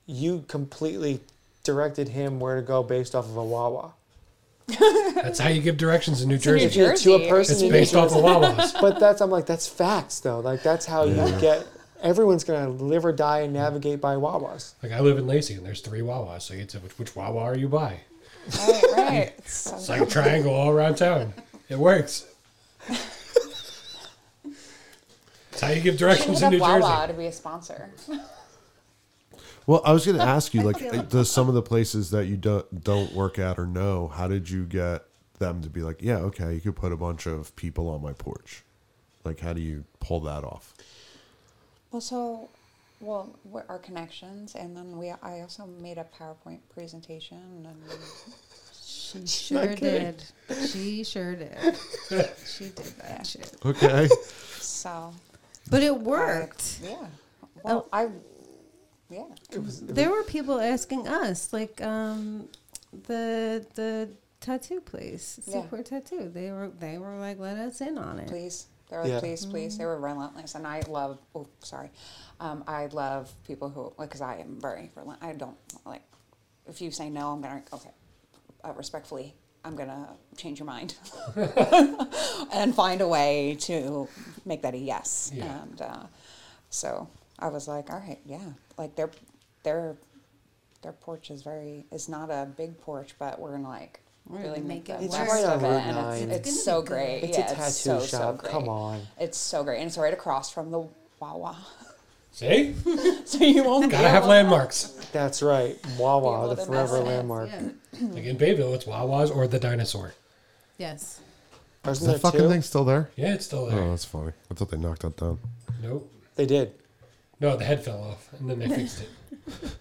Speaker 3: you completely directed him where to go based off of a Wawa.
Speaker 4: That's how you give directions in New
Speaker 5: in New
Speaker 4: Jersey.
Speaker 5: Jer-
Speaker 3: To- to
Speaker 5: Jersey.
Speaker 3: a person
Speaker 4: It's
Speaker 3: in
Speaker 4: based
Speaker 3: New
Speaker 4: off
Speaker 3: Jersey.
Speaker 4: of Wawa's.
Speaker 3: But that's I'm like that's facts though. Like that's how you get. Everyone's gonna live or die and navigate by Wawas.
Speaker 4: Like I live in Lacey, and there's three Wawa's. So you say, which, which Wawa are you by?
Speaker 5: right, right. It's so
Speaker 4: It's like a triangle all around town. It works. It's how you give
Speaker 5: should
Speaker 4: directions in
Speaker 5: hit up
Speaker 4: New
Speaker 5: Wawa
Speaker 4: Jersey.
Speaker 5: to be a sponsor.
Speaker 2: Well, I was going to ask you, like, the, some of the places that you don't don't work at or know, how did you get them to be like, yeah, okay, you could put a bunch of people on my porch? Like, how do you pull that off?
Speaker 5: Well, so, well, we're- our connections, and then we. I also made a PowerPoint presentation, and
Speaker 6: She sure did. She sure did. she did that shit.
Speaker 2: Okay,
Speaker 5: so
Speaker 6: But it worked.
Speaker 5: yeah. Well, I, yeah.
Speaker 6: There were people asking us, like um, the the tattoo place,
Speaker 5: Yeah.
Speaker 6: Seaport Tattoo. They were they were like, let us in on it. Mm.
Speaker 5: Please, they were like,
Speaker 3: Yeah.
Speaker 5: please, please. They were relentless, and I love. Oh, sorry. Um, I love people who because I am very. relent- I don't like if you say no. I'm gonna okay. Uh, respectfully, I'm gonna change your mind and find a way to make that a yes.
Speaker 4: Yeah.
Speaker 5: And uh, so I was like, all right, yeah. Like their their their porch is very. It's not a big porch, but we're gonna like.
Speaker 6: We're
Speaker 5: really
Speaker 6: gonna
Speaker 5: make
Speaker 6: make
Speaker 5: the
Speaker 6: it
Speaker 5: best
Speaker 6: work.
Speaker 3: Right on
Speaker 5: of it,
Speaker 3: Route
Speaker 5: and it's,
Speaker 3: nine.
Speaker 5: it's,
Speaker 6: It's
Speaker 5: so
Speaker 6: gonna be good.
Speaker 5: great.
Speaker 3: It's
Speaker 5: yeah,
Speaker 3: a tattoo
Speaker 5: it's so, so
Speaker 3: shop.
Speaker 5: great.
Speaker 3: Come on.
Speaker 5: It's so great, and it's right across from the Wawa.
Speaker 4: See?
Speaker 5: So you won't
Speaker 4: Gotta have landmarks.
Speaker 3: That's right. Wawa,
Speaker 5: People
Speaker 3: the
Speaker 5: that
Speaker 3: forever
Speaker 5: mess it.
Speaker 3: landmark.
Speaker 6: Yeah.
Speaker 4: Like in Bayville, it's Wawa's or the dinosaur.
Speaker 6: Yes.
Speaker 3: Isn't
Speaker 2: is the
Speaker 3: there
Speaker 2: fucking
Speaker 3: two?
Speaker 2: thing still there?
Speaker 4: Yeah, it's still
Speaker 2: Oh,
Speaker 4: there.
Speaker 2: that's funny. I thought they knocked that down.
Speaker 4: Nope.
Speaker 3: They did.
Speaker 4: No, the head fell off, and then they fixed it.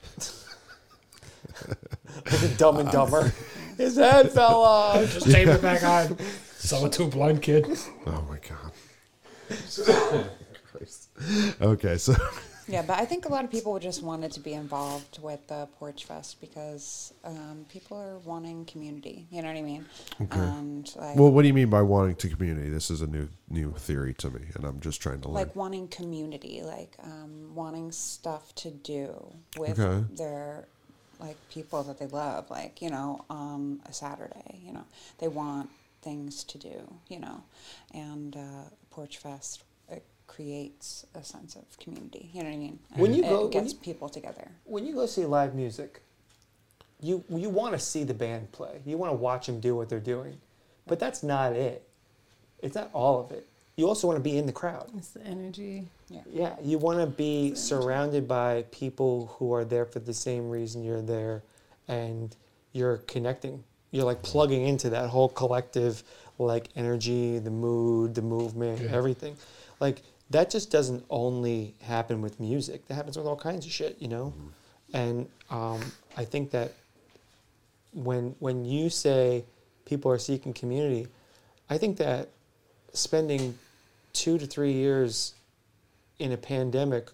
Speaker 3: Like a dumb and dumber. His head fell off.
Speaker 4: Just tape it back on. Sell it to a blind kid.
Speaker 2: Oh my god. Okay, so
Speaker 5: Yeah, but I think a lot of people would just wanted to be involved with the Porch Fest because um, people are wanting community. You know what I mean? Okay. And like,
Speaker 2: well, what do you mean by wanting to community? This is a new new theory to me, and I'm just trying to learn.
Speaker 5: like wanting community, like um, wanting stuff to do with
Speaker 2: Okay.
Speaker 5: their like people that they love, like you know, on a Saturday. You know, they want things to do. You know, and uh, Porch Fest. It creates a sense of community. You know what I mean?
Speaker 3: When
Speaker 5: And
Speaker 3: you
Speaker 5: it
Speaker 3: go- when
Speaker 5: gets
Speaker 3: you-
Speaker 5: people together.
Speaker 3: When you go see live music, you you want to see the band play. You want to watch them do what they're doing, but that's not it. It's not all of it. You also want to be in the crowd.
Speaker 6: It's the energy.
Speaker 3: Yeah, you want to be surrounded by people who are there for the same reason you're there, and you're connecting. You're like plugging into that whole collective, like energy, the mood, the movement,
Speaker 4: Yeah.
Speaker 3: everything. Like that just doesn't only happen with music. That happens with all kinds of shit, you know. And um, I think that when when you say people are seeking community, I think that spending two to three years in a pandemic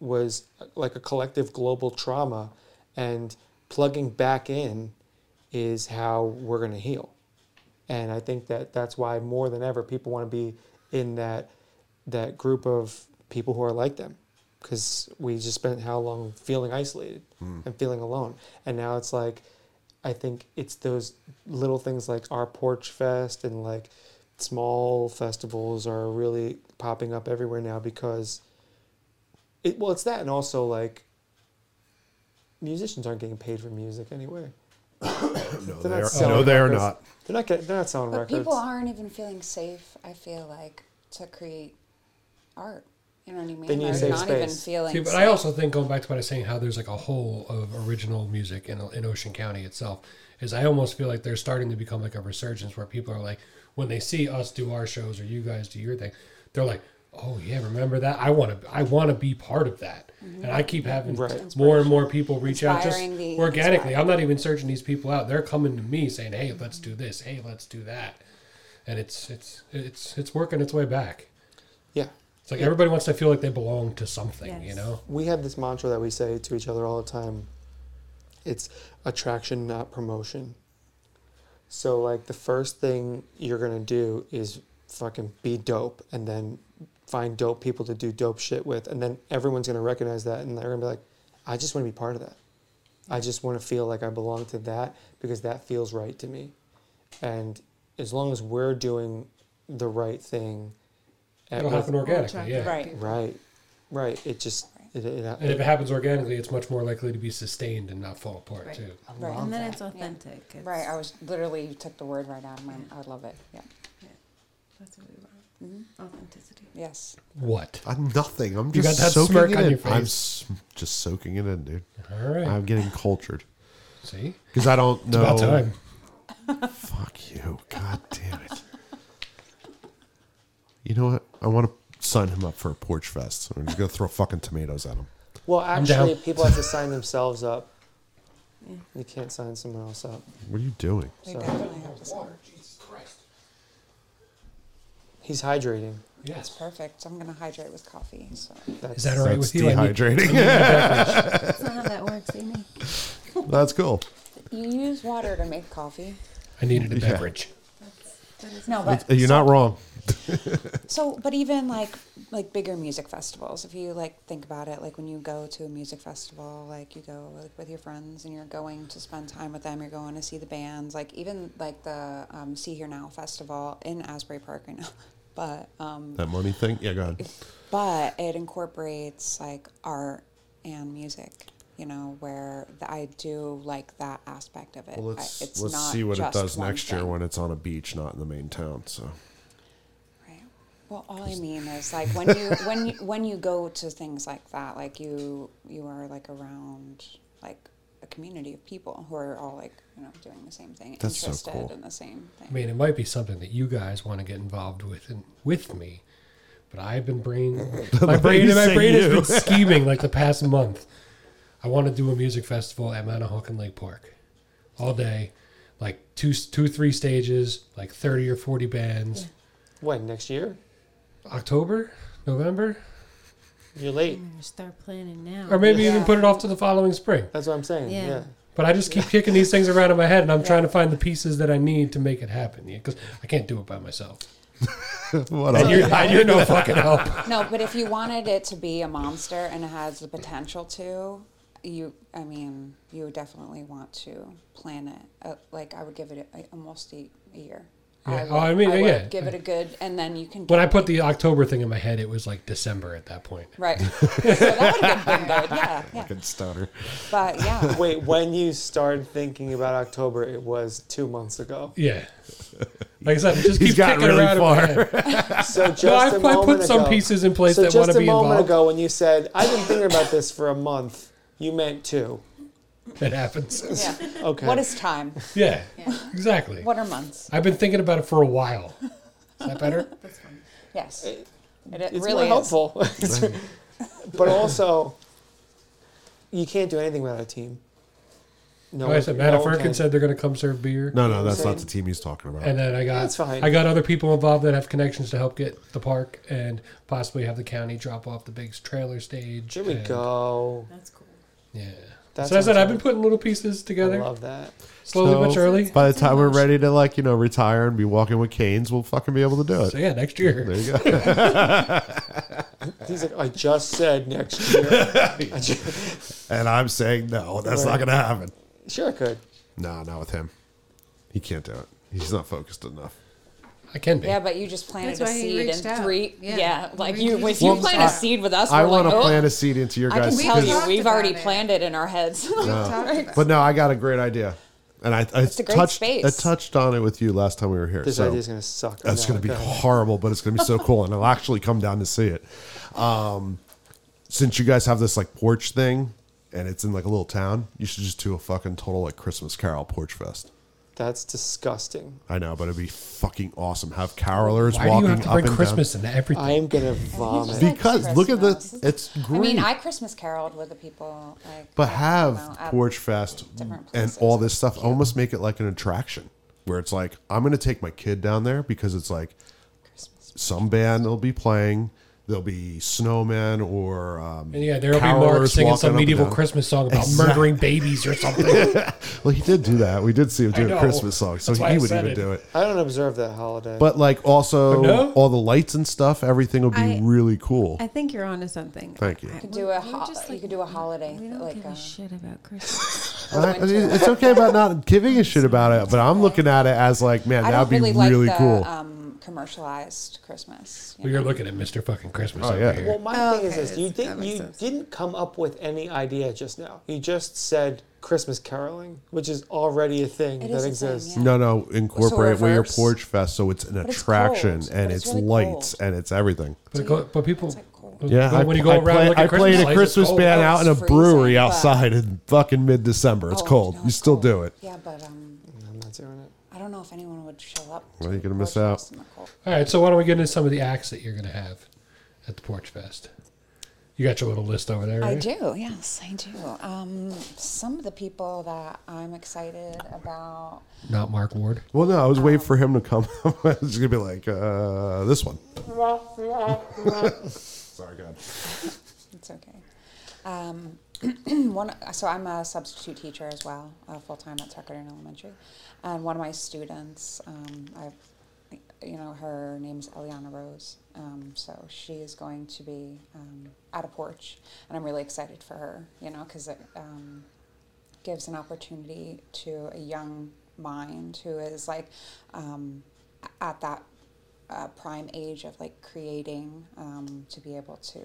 Speaker 3: was like a collective global trauma, and plugging back in is how we're going to heal. And I think that that's why more than ever people want to be in that that group of people who are like them, because we just spent how long feeling isolated and feeling alone, and now it's like I think it's those little things like our porch fest and like small festivals are really popping up everywhere now because it well it's that and also like musicians aren't getting paid for music anyway.
Speaker 2: no,
Speaker 3: They're
Speaker 2: they
Speaker 3: not
Speaker 2: are,
Speaker 3: selling
Speaker 2: no, they are
Speaker 3: records.
Speaker 2: not.
Speaker 3: They're not get, they're not selling
Speaker 5: But
Speaker 3: records.
Speaker 5: people aren't even feeling safe, I feel like, to create art. You know what I mean?
Speaker 3: They need a
Speaker 5: They're
Speaker 3: safe
Speaker 5: not even
Speaker 3: space.
Speaker 5: feeling
Speaker 4: See, but I also think going back to what I was saying, how there's like a hole of original music in, in Ocean County itself, is I almost feel like they're starting to become like a resurgence where people are like, when they see us do our shows or you guys do your thing, they're like, oh yeah, remember that? I want to, I want to be part of that. And I keep having
Speaker 3: Right.
Speaker 4: more and more people reach out just
Speaker 5: Inspiring the-
Speaker 4: organically.
Speaker 5: inspiring.
Speaker 4: I'm not even searching these people out. They're coming to me saying, hey, let's do this. Hey, let's do that. And it's it's it's it's working its way back.
Speaker 3: yeah.
Speaker 4: It's like everybody wants to feel like they belong to something, you
Speaker 6: Yes.
Speaker 4: know.
Speaker 3: We have this mantra that we say to each other all the time. It's attraction, not promotion. So like the first thing you're gonna do is fucking be dope, and then find dope people to do dope shit with, and then everyone's gonna recognize that, and they're gonna be like, I just want to be part of that. I just want to feel like I belong to that because that feels right to me. And as long as we're doing the right thing, at
Speaker 4: It'll
Speaker 3: what-
Speaker 4: happen organically, yeah.
Speaker 5: Right.
Speaker 3: right, right, it just it, it,
Speaker 4: And if it happens organically, it's much more likely to be sustained and not fall apart
Speaker 6: Right.
Speaker 4: too.
Speaker 5: Right.
Speaker 6: And then it's
Speaker 5: Yeah.
Speaker 6: authentic. It's,
Speaker 5: Right. I was literally you took the word right out of my. I love it. Yeah.
Speaker 6: That's what we want.
Speaker 5: Mm-hmm.
Speaker 6: Authenticity.
Speaker 5: Yes.
Speaker 4: What?
Speaker 2: I'm nothing. I'm
Speaker 4: You
Speaker 2: just
Speaker 4: got that
Speaker 2: soaking
Speaker 4: smirk
Speaker 2: it
Speaker 4: on
Speaker 2: in.
Speaker 4: your face.
Speaker 2: I'm s- just soaking it in, dude.
Speaker 4: All right.
Speaker 2: I'm getting cultured
Speaker 4: See,
Speaker 2: because I don't know.
Speaker 4: about time.
Speaker 2: Fuck you. God damn it. You know what? I want to sign him up for a porch fest. I'm just gonna throw fucking tomatoes at him.
Speaker 3: Well,
Speaker 4: down.
Speaker 3: actually, people have to sign themselves up. You can't sign someone else up.
Speaker 2: What are you doing?
Speaker 5: They
Speaker 3: So-
Speaker 5: definitely have to. say-
Speaker 4: Jesus Christ.
Speaker 3: He's hydrating.
Speaker 4: Yes.
Speaker 5: Perfect. I'm gonna hydrate with coffee. So
Speaker 3: That's,
Speaker 4: Is that all right
Speaker 2: That's
Speaker 4: with you? I need-
Speaker 2: dehydrating.
Speaker 6: That's not how that works, Amy.
Speaker 2: That's cool.
Speaker 5: you use water to make coffee.
Speaker 4: I needed a
Speaker 2: Yeah.
Speaker 4: beverage.
Speaker 5: No, but
Speaker 2: You're not wrong.
Speaker 5: So, but even like like bigger music festivals, if you like think about it, like when you go to a music festival, like you go like with your friends and you're going to spend time with them, you're going to see the bands, like even like the um, See Here Now festival in Asbury Park right now, but um,
Speaker 2: That money thing. Yeah, go ahead.
Speaker 5: but it incorporates like art and music. You know where th- I do like that aspect of it.
Speaker 2: Well,
Speaker 5: I,
Speaker 2: let's
Speaker 5: it's
Speaker 2: let's
Speaker 5: not
Speaker 2: see what it
Speaker 5: just
Speaker 2: does
Speaker 5: one
Speaker 2: next year
Speaker 5: thing.
Speaker 2: when it's on a beach, not in the main town. So
Speaker 5: Right. Well, all I mean is like when you when you, when you go to things like that, like you you are like around like a community of people who are all like you know doing the same thing,
Speaker 2: That's so
Speaker 5: interested
Speaker 2: cool.
Speaker 5: in the same thing.
Speaker 4: I mean, it might be something that you guys want to get involved with and with me, but I've been brain my brain
Speaker 2: you
Speaker 4: my
Speaker 2: say
Speaker 4: brain has
Speaker 2: you.
Speaker 4: been scheming like the past month. I want to do a music festival at Manahawkin Lake Park, all day, like two two three stages, like thirty or forty bands.
Speaker 3: when next year?
Speaker 4: October, November.
Speaker 3: You're late.
Speaker 6: I'm gonna start planning now.
Speaker 4: Or maybe even
Speaker 5: Yeah.
Speaker 4: put it off to the following spring.
Speaker 3: That's what I'm saying.
Speaker 6: Yeah.
Speaker 3: Yeah.
Speaker 4: But I just keep kicking these things around in my head, and I'm trying to find the pieces that I need to make it happen. Because I can't do it by myself.
Speaker 2: What
Speaker 4: And you're, and you're no fucking help.
Speaker 5: No, but if you wanted it to be a monster and it has the potential to, you, I mean, you would definitely want to plan it. Uh, like I would give it a, almost a, a year.
Speaker 4: Yeah.
Speaker 5: I
Speaker 4: Oh,
Speaker 5: would,
Speaker 4: I mean,
Speaker 5: would
Speaker 4: yeah.
Speaker 5: give it a good, and then you can.
Speaker 4: When I put the October thing in my head, it was like December at that point.
Speaker 5: right, so that would have been good. Yeah, yeah.
Speaker 2: fucking stoner.
Speaker 5: But yeah,
Speaker 3: Wait, when you started thinking about October, it was two months ago.
Speaker 4: Yeah. Like I said, I just
Speaker 2: He's
Speaker 4: keep
Speaker 2: gotten
Speaker 4: kicking
Speaker 2: really
Speaker 4: around
Speaker 2: far.
Speaker 4: in my head.
Speaker 3: So just
Speaker 4: No, I,
Speaker 3: a
Speaker 4: I
Speaker 3: moment
Speaker 4: put some
Speaker 3: ago-
Speaker 4: pieces in place
Speaker 3: so
Speaker 4: that want
Speaker 3: just
Speaker 4: to
Speaker 3: a
Speaker 4: be
Speaker 3: moment
Speaker 4: involved.
Speaker 3: ago, when you said I've been thinking about this for a month, you meant two.
Speaker 4: It happens.
Speaker 5: yeah.
Speaker 3: Okay.
Speaker 5: What is time?
Speaker 4: Yeah, exactly.
Speaker 5: What are months?
Speaker 4: I've been thinking about it for a while. Is that better?
Speaker 5: Yes, it, it
Speaker 3: it's more
Speaker 5: really
Speaker 3: helpful. but also, you can't do anything without a team. No,
Speaker 4: Like I said,
Speaker 3: one- no one
Speaker 4: Manafurkin
Speaker 3: can.
Speaker 4: said they're going to come serve beer.
Speaker 2: No, no, that's not the team he's talking about.
Speaker 4: And then I got
Speaker 3: That's fine.
Speaker 4: I got other people involved that have connections to help get the park and possibly have the county drop off the big trailer stage.
Speaker 3: Here we
Speaker 4: and-
Speaker 3: go.
Speaker 6: That's cool.
Speaker 4: Yeah.
Speaker 3: That's
Speaker 4: so as I said, I've
Speaker 3: awesome.
Speaker 4: been putting little pieces
Speaker 3: I
Speaker 4: together
Speaker 3: love that.
Speaker 4: slowly but
Speaker 2: So-
Speaker 4: surely.
Speaker 2: By the time we're ready to like you know retire and be walking with canes, we'll fucking be able to do
Speaker 4: So
Speaker 2: it.
Speaker 4: yeah, next year.
Speaker 2: There you go.
Speaker 3: He's like, I just said next year. I ju-
Speaker 2: and I'm saying no, that's not
Speaker 3: Right.
Speaker 2: gonna happen.
Speaker 3: sure, I could.
Speaker 2: No, not with him. He can't do it. He's not focused enough.
Speaker 4: I can be.
Speaker 5: Yeah, but you just planted
Speaker 6: That's
Speaker 5: a
Speaker 6: why he
Speaker 5: seed in
Speaker 6: reached out.
Speaker 5: three.
Speaker 6: Yeah.
Speaker 5: Yeah, like
Speaker 6: He
Speaker 5: you,
Speaker 6: reached
Speaker 5: if you
Speaker 6: out.
Speaker 5: plant
Speaker 6: Well,
Speaker 5: a seed with us,
Speaker 2: I
Speaker 5: we're
Speaker 2: want
Speaker 5: like,
Speaker 2: to
Speaker 5: oh,
Speaker 2: plant a seed into your
Speaker 5: I can
Speaker 2: guys'
Speaker 5: tell
Speaker 2: business.
Speaker 5: you,
Speaker 6: talked
Speaker 5: we've
Speaker 6: about
Speaker 5: already
Speaker 6: it.
Speaker 5: planted in our heads.
Speaker 6: We talked about
Speaker 2: But no, I got a great idea, and I, I
Speaker 5: a great
Speaker 2: touched
Speaker 5: space.
Speaker 2: I touched on it with you last time we were here.
Speaker 3: This
Speaker 2: so
Speaker 3: idea's gonna suck.
Speaker 2: that's
Speaker 3: No,
Speaker 2: going to be
Speaker 3: go ahead.
Speaker 2: horrible, but it's going to be so cool, and I'll actually come down to see it. Um, since you guys have this like porch thing, and it's in like a little town, you should just do a fucking total like Christmas Carol porch fest.
Speaker 3: That's disgusting.
Speaker 2: I know, but it'd be fucking awesome. Have carolers
Speaker 4: Why do
Speaker 2: walking
Speaker 4: you have to
Speaker 2: up
Speaker 4: bring
Speaker 2: and
Speaker 4: Christmas into everything?
Speaker 3: I am gonna vomit.
Speaker 2: down. Because look at the,
Speaker 5: Christmas.
Speaker 2: it's
Speaker 5: I
Speaker 2: great.
Speaker 5: mean, I Christmas caroled with the people. Like,
Speaker 2: But
Speaker 5: I
Speaker 2: have
Speaker 5: don't know, at-
Speaker 2: Porch Fest
Speaker 5: different
Speaker 2: and
Speaker 5: places.
Speaker 2: all this stuff. Almost make it like an attraction where it's like, I'm going to take my kid down there because it's like some band will be playing. There'll be snowmen or um,
Speaker 4: and yeah, there'll be Mark
Speaker 2: carolers
Speaker 4: singing
Speaker 2: walking up
Speaker 4: some
Speaker 2: and
Speaker 4: medieval
Speaker 2: down.
Speaker 4: Christmas song about murdering babies or something.
Speaker 2: Well, he did do that. We did see him
Speaker 4: I
Speaker 2: do a
Speaker 4: know.
Speaker 2: Christmas song, so
Speaker 4: That's why I
Speaker 2: he would
Speaker 4: said
Speaker 2: even
Speaker 4: it.
Speaker 2: do it.
Speaker 3: I don't observe that holiday.
Speaker 2: But like also
Speaker 4: But no?
Speaker 2: all the lights and stuff, everything would be
Speaker 6: I-
Speaker 2: really cool.
Speaker 6: I think you're onto something.
Speaker 2: Thank you.
Speaker 6: I-
Speaker 5: could do
Speaker 6: we're-
Speaker 5: a
Speaker 6: we're
Speaker 5: ho-
Speaker 6: just,
Speaker 5: you
Speaker 6: like,
Speaker 5: could do a
Speaker 6: we-
Speaker 5: holiday,
Speaker 6: We don't
Speaker 5: like,
Speaker 6: give
Speaker 5: uh,
Speaker 6: a shit about Christmas.
Speaker 2: I- it's okay about not giving a shit about it, but I'm looking at it as like, man,
Speaker 5: I
Speaker 2: that
Speaker 5: don't
Speaker 2: would be
Speaker 5: really
Speaker 2: really,
Speaker 5: like the
Speaker 2: cool.
Speaker 5: um, commercialized Christmas. you
Speaker 4: well, you're
Speaker 5: know?
Speaker 4: looking at Mr. Fucking Christmas
Speaker 2: Oh,
Speaker 4: over
Speaker 2: yeah.
Speaker 4: here.
Speaker 3: well, my
Speaker 6: Oh,
Speaker 3: thing
Speaker 6: okay,
Speaker 3: is this: you
Speaker 6: that's- that
Speaker 3: didn't
Speaker 6: makes
Speaker 3: you
Speaker 6: sense.
Speaker 3: didn't come up with any idea just now. You just said Christmas caroling, which is already a thing
Speaker 5: It
Speaker 3: that
Speaker 5: is a thing,
Speaker 3: exists.
Speaker 5: yeah.
Speaker 2: No, no, incorporate with your
Speaker 5: reverse?
Speaker 2: porch fest so it's an
Speaker 5: it's
Speaker 2: attraction
Speaker 5: cold,
Speaker 2: and
Speaker 5: but
Speaker 2: it's,
Speaker 5: it's really
Speaker 2: lights and it's everything.
Speaker 4: But, go, but people,
Speaker 5: like cool.
Speaker 2: Yeah,
Speaker 4: when,
Speaker 2: I,
Speaker 4: when you go
Speaker 2: I
Speaker 4: around,
Speaker 2: play-
Speaker 4: look at
Speaker 2: I played a
Speaker 4: Christmas lights, it's
Speaker 2: Christmas
Speaker 4: cold.
Speaker 2: band
Speaker 5: Oh,
Speaker 2: out in a
Speaker 5: it's freezing,
Speaker 2: brewery
Speaker 5: but-
Speaker 2: outside in fucking mid December. It's
Speaker 5: Oh,
Speaker 2: cold.
Speaker 5: no,
Speaker 2: you
Speaker 5: it's
Speaker 2: still
Speaker 5: cold.
Speaker 2: do it.
Speaker 5: Yeah, but um,
Speaker 3: I'm not doing it.
Speaker 5: I don't know if anyone would show up.
Speaker 2: Well,
Speaker 5: to
Speaker 2: you're gonna
Speaker 5: a
Speaker 2: miss
Speaker 5: porch
Speaker 2: out.
Speaker 5: house in the cold.
Speaker 4: All right, so why don't we get into some of the acts that you're going to have at the Porch Fest? You got your little list over there,
Speaker 5: I
Speaker 4: right?
Speaker 5: do, yes, I do. Um, some of the people that I'm excited about.
Speaker 4: Not Mark Ward.
Speaker 2: Well, no, I was
Speaker 5: Oh.
Speaker 2: waiting for him to come. I was going to be like, uh, this one. Sorry, God.
Speaker 5: It's okay. Um, one, so I'm a substitute teacher as well, uh, full time at Tuckerton Elementary, and one of my students, um, I've, you know, her name's Eliana Rose. Um, so she is going to be um, at a porch, and I'm really excited for her. You know, because it um, gives an opportunity to a young mind who is like um, a- at that uh, prime age of like creating um, to be able to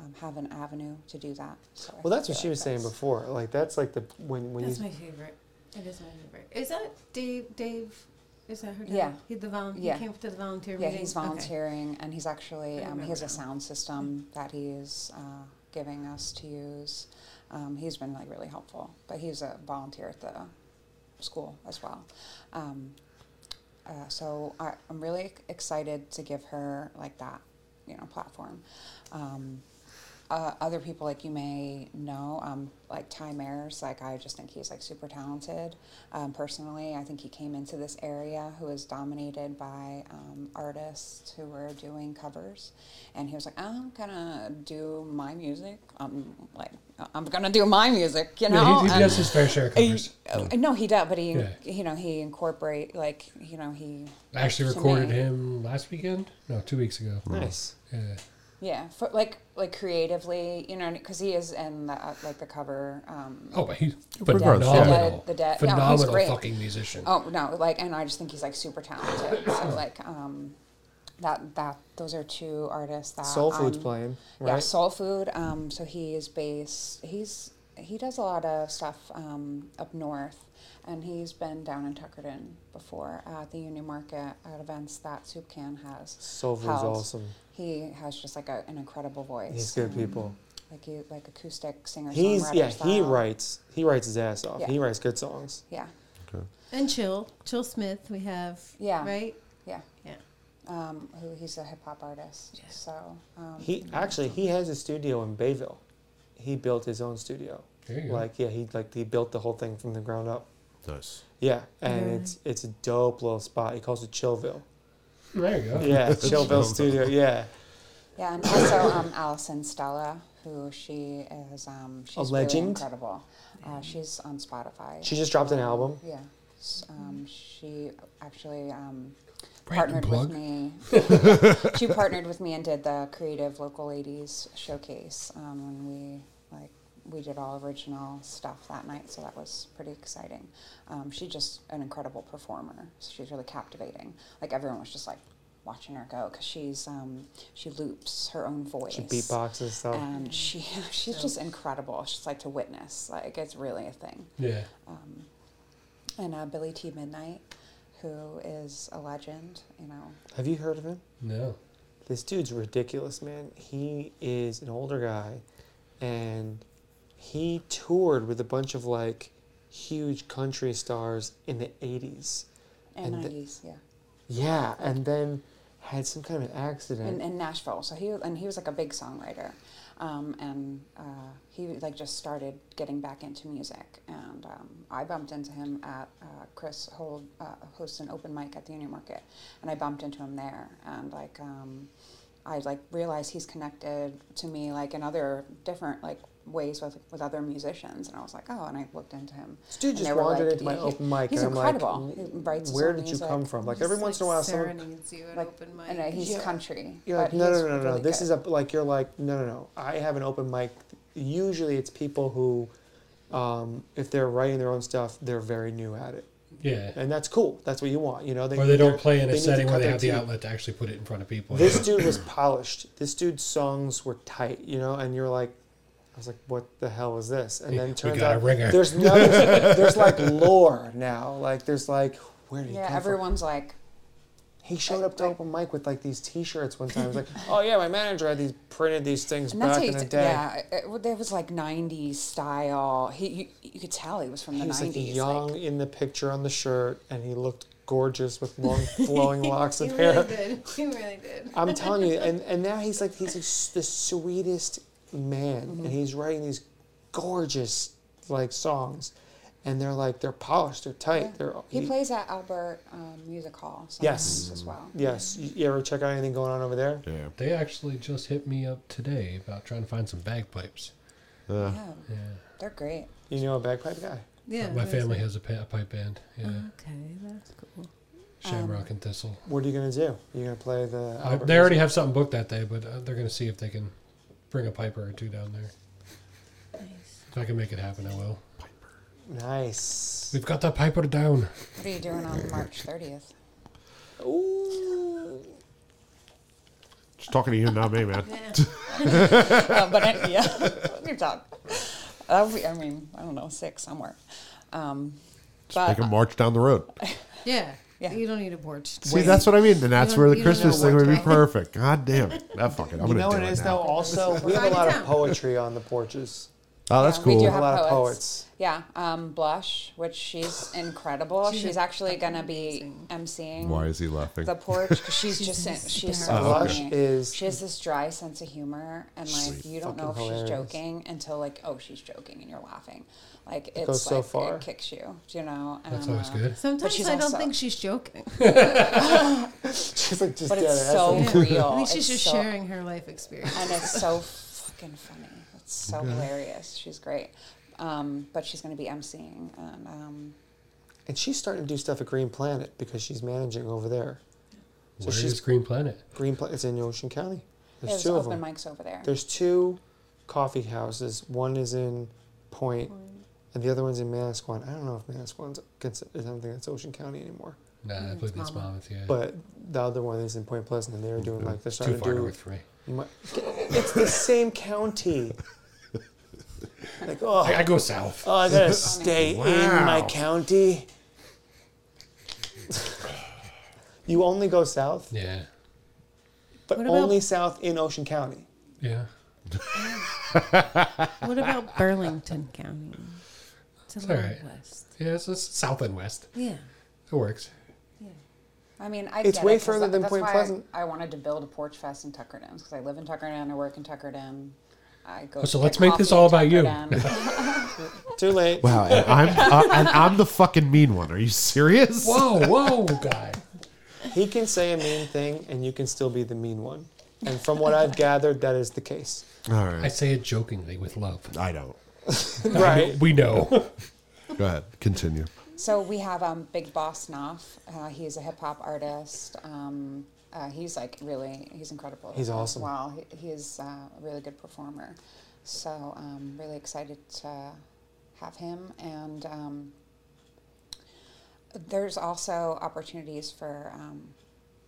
Speaker 5: um, have an avenue to do that. So I
Speaker 3: Well, that's what
Speaker 5: feel
Speaker 3: she
Speaker 5: like
Speaker 3: was saying
Speaker 5: that's-
Speaker 3: before. Like that's like the when when
Speaker 6: That's
Speaker 3: you
Speaker 6: my favorite. It is my favorite. Is that Dave? Dave? Is that her? Dad?
Speaker 5: Yeah.
Speaker 6: He the volun-
Speaker 5: Yeah.
Speaker 6: He came to the volunteer
Speaker 5: Yeah,
Speaker 6: meeting.
Speaker 5: he's
Speaker 6: Okay.
Speaker 5: volunteering, and he's actually
Speaker 6: I
Speaker 5: um, he has a
Speaker 6: remember now.
Speaker 5: sound system that he is uh, giving us to use. Um, he's been like really helpful, but he's a volunteer at the school as well. Um, uh, so I, I'm really excited to give her like that, you know, platform. Um, uh, other people like you may know, um, like Ty Mayers. Like I just think he's like super talented. Um, personally, I think he came into this area who was dominated by um, artists who were doing covers, and he was like, "I'm gonna do my music. I'm like, I'm gonna do my music." You know,
Speaker 4: Yeah, he, he
Speaker 5: And-
Speaker 4: does his fair share of covers.
Speaker 5: uh, no, he does, but he,
Speaker 4: Yeah.
Speaker 5: you know, he incorporate like, you know, he,
Speaker 4: I actually
Speaker 5: to
Speaker 4: recorded
Speaker 5: me.
Speaker 4: him last weekend. No, two weeks ago.
Speaker 3: Nice.
Speaker 4: Yeah.
Speaker 5: yeah, for, like, like creatively, you know, because he is in the uh, like the cover. Um,
Speaker 4: Oh, but he's
Speaker 2: Regardless, yeah.
Speaker 4: phenomenal.
Speaker 5: The dead- the dead- no, he's
Speaker 4: phenomenal
Speaker 5: great.
Speaker 4: fucking musician.
Speaker 5: oh no, like, and I just think he's like super talented. so like, um, that that those are two artists that
Speaker 3: Soul Food's
Speaker 5: I'm-
Speaker 3: playing,
Speaker 5: Yeah,
Speaker 3: right?
Speaker 5: Soul Food. Um, so he is based. He's he does a lot of stuff um, up north, and he's been down in Tuckerton before uh, at the Union Market at events that Soup Can has.
Speaker 3: Soul Food's
Speaker 5: held.
Speaker 3: awesome.
Speaker 5: He has just like a, an incredible voice.
Speaker 3: He's good
Speaker 5: um,
Speaker 3: people.
Speaker 5: Like you, like acoustic singer.
Speaker 3: He's yeah. He
Speaker 5: style.
Speaker 3: writes. He writes his ass off.
Speaker 5: Yeah.
Speaker 3: He writes good songs.
Speaker 5: Yeah,
Speaker 6: And Chill, Chill Smith, we have.
Speaker 5: Yeah.
Speaker 6: Right?
Speaker 5: yeah.
Speaker 6: Yeah.
Speaker 5: Um, who he's a hip hop artist. So um,
Speaker 3: He actually he has a studio in Bayville. He built his own studio.
Speaker 4: There you go.
Speaker 3: Like yeah, he like he built the whole thing from the ground up.
Speaker 2: Nice.
Speaker 3: Yeah, and
Speaker 5: Mm-hmm.
Speaker 6: Really?
Speaker 3: it's it's a dope little spot. He calls it Chillville.
Speaker 4: There you go.
Speaker 3: Yeah, Oh, Chillville Studio. Yeah,
Speaker 5: yeah, and also um, Allison Stella, who she is. Um, she's really
Speaker 3: legend?
Speaker 5: incredible. Uh, she's on Spotify.
Speaker 3: she just dropped an album.
Speaker 5: Yeah. S- Um, she actually um,
Speaker 4: Random
Speaker 5: partnered
Speaker 4: plug.
Speaker 5: with me. she partnered with me and did the Creative Local Ladies Showcase, um, and we like we did all original stuff that night, so that was pretty exciting. Um, she's just an incredible performer. So she's really captivating. Like everyone was just like watching her go because she's um, she loops her own voice
Speaker 3: She beatboxes and stuff.
Speaker 5: and she she's just incredible. She's like to witness. Like it's really a thing Um,
Speaker 4: Yeah.
Speaker 5: and uh, Billy T. Midnight, who is a legend. You know,
Speaker 3: Have you heard of him?
Speaker 4: No.
Speaker 3: This dude's ridiculous, man. He is an older guy, and he toured with a bunch of like huge country stars in the '80s.
Speaker 5: and
Speaker 3: And the-
Speaker 5: nineties, yeah,
Speaker 3: Yeah, and then had some kind of
Speaker 5: in,
Speaker 3: accident.
Speaker 5: in Nashville. So he and he was like a big songwriter, um, and uh, he like just started getting back into music. And um, I bumped into him at uh, Chris Hold uh, hosts an open mic at the Union Market, and I bumped into him there, and like. Um, I like realized he's connected to me like in other different like ways with with other musicians, and I was like, oh, and I looked into him.
Speaker 3: This dude
Speaker 5: and
Speaker 3: just
Speaker 5: they were
Speaker 3: wandered
Speaker 5: like,
Speaker 3: into my
Speaker 5: he-
Speaker 3: open mic,
Speaker 5: He's
Speaker 3: and I'm
Speaker 5: incredible.
Speaker 3: like,
Speaker 5: He writes his
Speaker 3: "Where
Speaker 5: own
Speaker 3: did you
Speaker 5: music.
Speaker 3: come from?" Like every
Speaker 6: Just,
Speaker 3: once
Speaker 6: like,
Speaker 3: in a while, someone
Speaker 6: serenades you at
Speaker 5: Like,
Speaker 6: open mic.
Speaker 5: and uh, he's
Speaker 3: Yeah.
Speaker 5: country.
Speaker 3: You're
Speaker 5: but
Speaker 3: like, no, no,
Speaker 5: he's
Speaker 3: no, no, no.
Speaker 5: really
Speaker 3: This
Speaker 5: good.
Speaker 3: is a like you're like, no, no, no. I have an open mic. Usually, it's people who, um, if they're writing their own stuff, they're very new at it,
Speaker 4: Yeah.
Speaker 3: and that's cool. That's what you want, you know.
Speaker 4: or they don't
Speaker 3: they're-
Speaker 4: play in
Speaker 3: they
Speaker 4: a
Speaker 3: need to
Speaker 4: setting where
Speaker 3: cut
Speaker 4: they
Speaker 3: their
Speaker 4: have the
Speaker 3: teeth.
Speaker 4: outlet to actually put it in front of people.
Speaker 3: This dude was polished. This dude's songs were tight, you know. And you're like, I was like, what the hell is this? And then
Speaker 4: We
Speaker 3: it turns
Speaker 4: got a
Speaker 3: out
Speaker 4: ringer.
Speaker 3: there's no, there's, there's like lore now. Like there's like, where did he
Speaker 5: Yeah,
Speaker 3: come from?
Speaker 5: everyone's like,
Speaker 3: He showed up to open mic with like these T-shirts one time. He was like, "Oh yeah, my manager had these printed these things
Speaker 5: and that's
Speaker 3: back
Speaker 5: how
Speaker 3: in
Speaker 5: you,
Speaker 3: the
Speaker 5: t-
Speaker 3: day."
Speaker 5: yeah, it, it, there was like '90s style. He, you, you could tell he was from
Speaker 3: He
Speaker 5: the
Speaker 3: was
Speaker 5: '90s.
Speaker 3: like
Speaker 5: like-
Speaker 3: young in the picture on the shirt, and he looked gorgeous with long flowing locks
Speaker 6: He
Speaker 3: of
Speaker 6: really
Speaker 3: hair.
Speaker 6: did. He really did.
Speaker 3: I'm telling you, and, and now he's like he's like s- the sweetest man,
Speaker 5: Mm-hmm.
Speaker 3: and he's writing these gorgeous like songs, and they're like they're polished, they're tight, they're
Speaker 5: he plays at Albert um, Music Hall.
Speaker 3: Yes.
Speaker 5: sometimes as well.
Speaker 3: Yes, you, you ever check out anything going on over there?
Speaker 2: Yeah.
Speaker 4: They actually just hit me up today about trying to find some bagpipes.
Speaker 2: Uh,
Speaker 5: Yeah,
Speaker 4: Yeah.
Speaker 5: they're great.
Speaker 3: You know a bagpipe guy.
Speaker 6: Yeah.
Speaker 4: My
Speaker 6: that's
Speaker 4: family
Speaker 6: it.
Speaker 4: has a, pa- a pipe band. Yeah.
Speaker 6: Okay, that's cool.
Speaker 4: Shamrock and Thistle.
Speaker 3: What are you gonna do? You gonna play the?
Speaker 4: Uh,
Speaker 3: Albert
Speaker 4: they already have something booked that day, but uh, they're going to see if they can bring a piper or two down there. If I can make it happen, I will.
Speaker 3: music? Nice.
Speaker 4: We've got that piper down.
Speaker 5: What are you doing on March 30th?
Speaker 3: Ooh.
Speaker 2: just talking to you, not me, man.
Speaker 5: Uh, but I, yeah, we talk. That would be, I mean, I don't know, six somewhere. Um,
Speaker 2: They
Speaker 5: but
Speaker 2: can march down the road.
Speaker 6: Yeah.
Speaker 5: Yeah.
Speaker 6: You don't need a porch.
Speaker 2: See, that's what I mean, and that's
Speaker 6: don't-
Speaker 2: where the
Speaker 6: you don't know
Speaker 2: Christmas thing
Speaker 6: what
Speaker 2: would be
Speaker 6: to-
Speaker 2: perfect. God damn it! That fucking. I'm
Speaker 3: You
Speaker 2: gonna
Speaker 3: know
Speaker 2: do
Speaker 3: what it is
Speaker 2: now.
Speaker 3: though. Also, we have a
Speaker 6: Find
Speaker 3: lot
Speaker 6: it
Speaker 3: of
Speaker 6: out.
Speaker 3: poetry on the porches.
Speaker 2: Oh, that's
Speaker 5: Yeah,
Speaker 2: cool.
Speaker 5: We do
Speaker 3: A
Speaker 5: have
Speaker 3: lot of
Speaker 5: poets.
Speaker 3: poets.
Speaker 5: Yeah, um, Blush, which she's incredible.
Speaker 6: She's
Speaker 5: She's,
Speaker 6: a-
Speaker 5: actually gonna be emceeing
Speaker 2: Why is he laughing?
Speaker 5: the porch because she's, just in, she's
Speaker 4: Oh,
Speaker 5: so
Speaker 3: hysterical. Blush
Speaker 5: funny.
Speaker 3: is-
Speaker 5: she has this dry sense of humor, and like you don't know if
Speaker 3: Fucking
Speaker 5: she's
Speaker 3: hilarious.
Speaker 5: joking until like oh she's joking and you're laughing. Like it's
Speaker 3: goes so
Speaker 5: like
Speaker 3: far.
Speaker 5: it kicks you, you know. And,
Speaker 4: That's always
Speaker 5: uh,
Speaker 4: good.
Speaker 6: Sometimes
Speaker 5: she's
Speaker 6: I don't
Speaker 5: also-
Speaker 6: think she's joking.
Speaker 3: She's like, just
Speaker 5: But
Speaker 3: dead
Speaker 5: it's
Speaker 3: ass.
Speaker 5: so Oh, real.
Speaker 6: I think she's
Speaker 5: It's
Speaker 6: just
Speaker 5: so-
Speaker 6: sharing her life experience.
Speaker 5: and it's so fucking funny. It's so hilarious. She's great. Um, but she's going to be emceeing, and um,
Speaker 3: And she's starting to do stuff at Green Planet because she's managing over there. So
Speaker 4: Where
Speaker 3: she's-
Speaker 4: is Green Planet?
Speaker 3: Green Planet, it's in Ocean County. There's
Speaker 5: there's
Speaker 3: two of them.
Speaker 5: open mics over there.
Speaker 3: There's two coffee houses. One is in Point, and the other one's in Manasquan. I don't know if Manasquan's cons- is something that's Ocean County anymore.
Speaker 4: Nah, I believe that's Monmouth. Yeah, Mm-hmm.
Speaker 3: But the other one is in Point Pleasant, and they're doing like they're
Speaker 4: too
Speaker 3: starting to
Speaker 4: far
Speaker 3: do.
Speaker 4: north for me.
Speaker 3: You might, it's the same county. Like oh,
Speaker 4: I, I go south.
Speaker 3: oh, I gotta stay in my
Speaker 2: Wow.
Speaker 3: county. you only go south,
Speaker 4: Yeah,
Speaker 3: but
Speaker 6: What about-
Speaker 3: only south in Ocean County.
Speaker 4: yeah.
Speaker 6: What about Burlington County? It's a
Speaker 4: It's
Speaker 6: little
Speaker 4: alright.
Speaker 6: west.
Speaker 4: Yeah, it's, it's south and west.
Speaker 6: Yeah.
Speaker 4: It works.
Speaker 5: I mean, I
Speaker 3: It's
Speaker 5: get
Speaker 3: way
Speaker 5: it 'cause
Speaker 3: further
Speaker 5: that-
Speaker 3: than
Speaker 5: that's
Speaker 3: Point
Speaker 5: why
Speaker 3: Pleasant.
Speaker 5: I, I wanted to build a porch fest in Tuckerton because I live in Tuckerton, I work in Tuckerton. I go.
Speaker 4: Oh, so
Speaker 5: to
Speaker 4: let's
Speaker 5: get
Speaker 4: make this
Speaker 5: coffee in
Speaker 4: all about you.
Speaker 5: Tuckerton.
Speaker 3: Too late.
Speaker 2: wow, and I'm uh, and I'm the fucking mean one. Are you serious?
Speaker 4: Whoa, whoa, guy.
Speaker 3: He can say a mean thing, and you can still be the mean one. And from what I've gathered, that is the case.
Speaker 2: All
Speaker 4: I
Speaker 2: right,
Speaker 4: say it jokingly with love.
Speaker 2: I don't.
Speaker 3: Right.
Speaker 4: We know.
Speaker 2: Go ahead, continue.
Speaker 5: so we have um, Big Boss Knopf. Uh, he's a hip hop artist. Um, uh, he's like really, he's incredible.
Speaker 3: He's
Speaker 5: as
Speaker 3: awesome.
Speaker 5: Well, he, he's uh, a really good performer. So um, really excited to have him and. Um, there's also opportunities for um,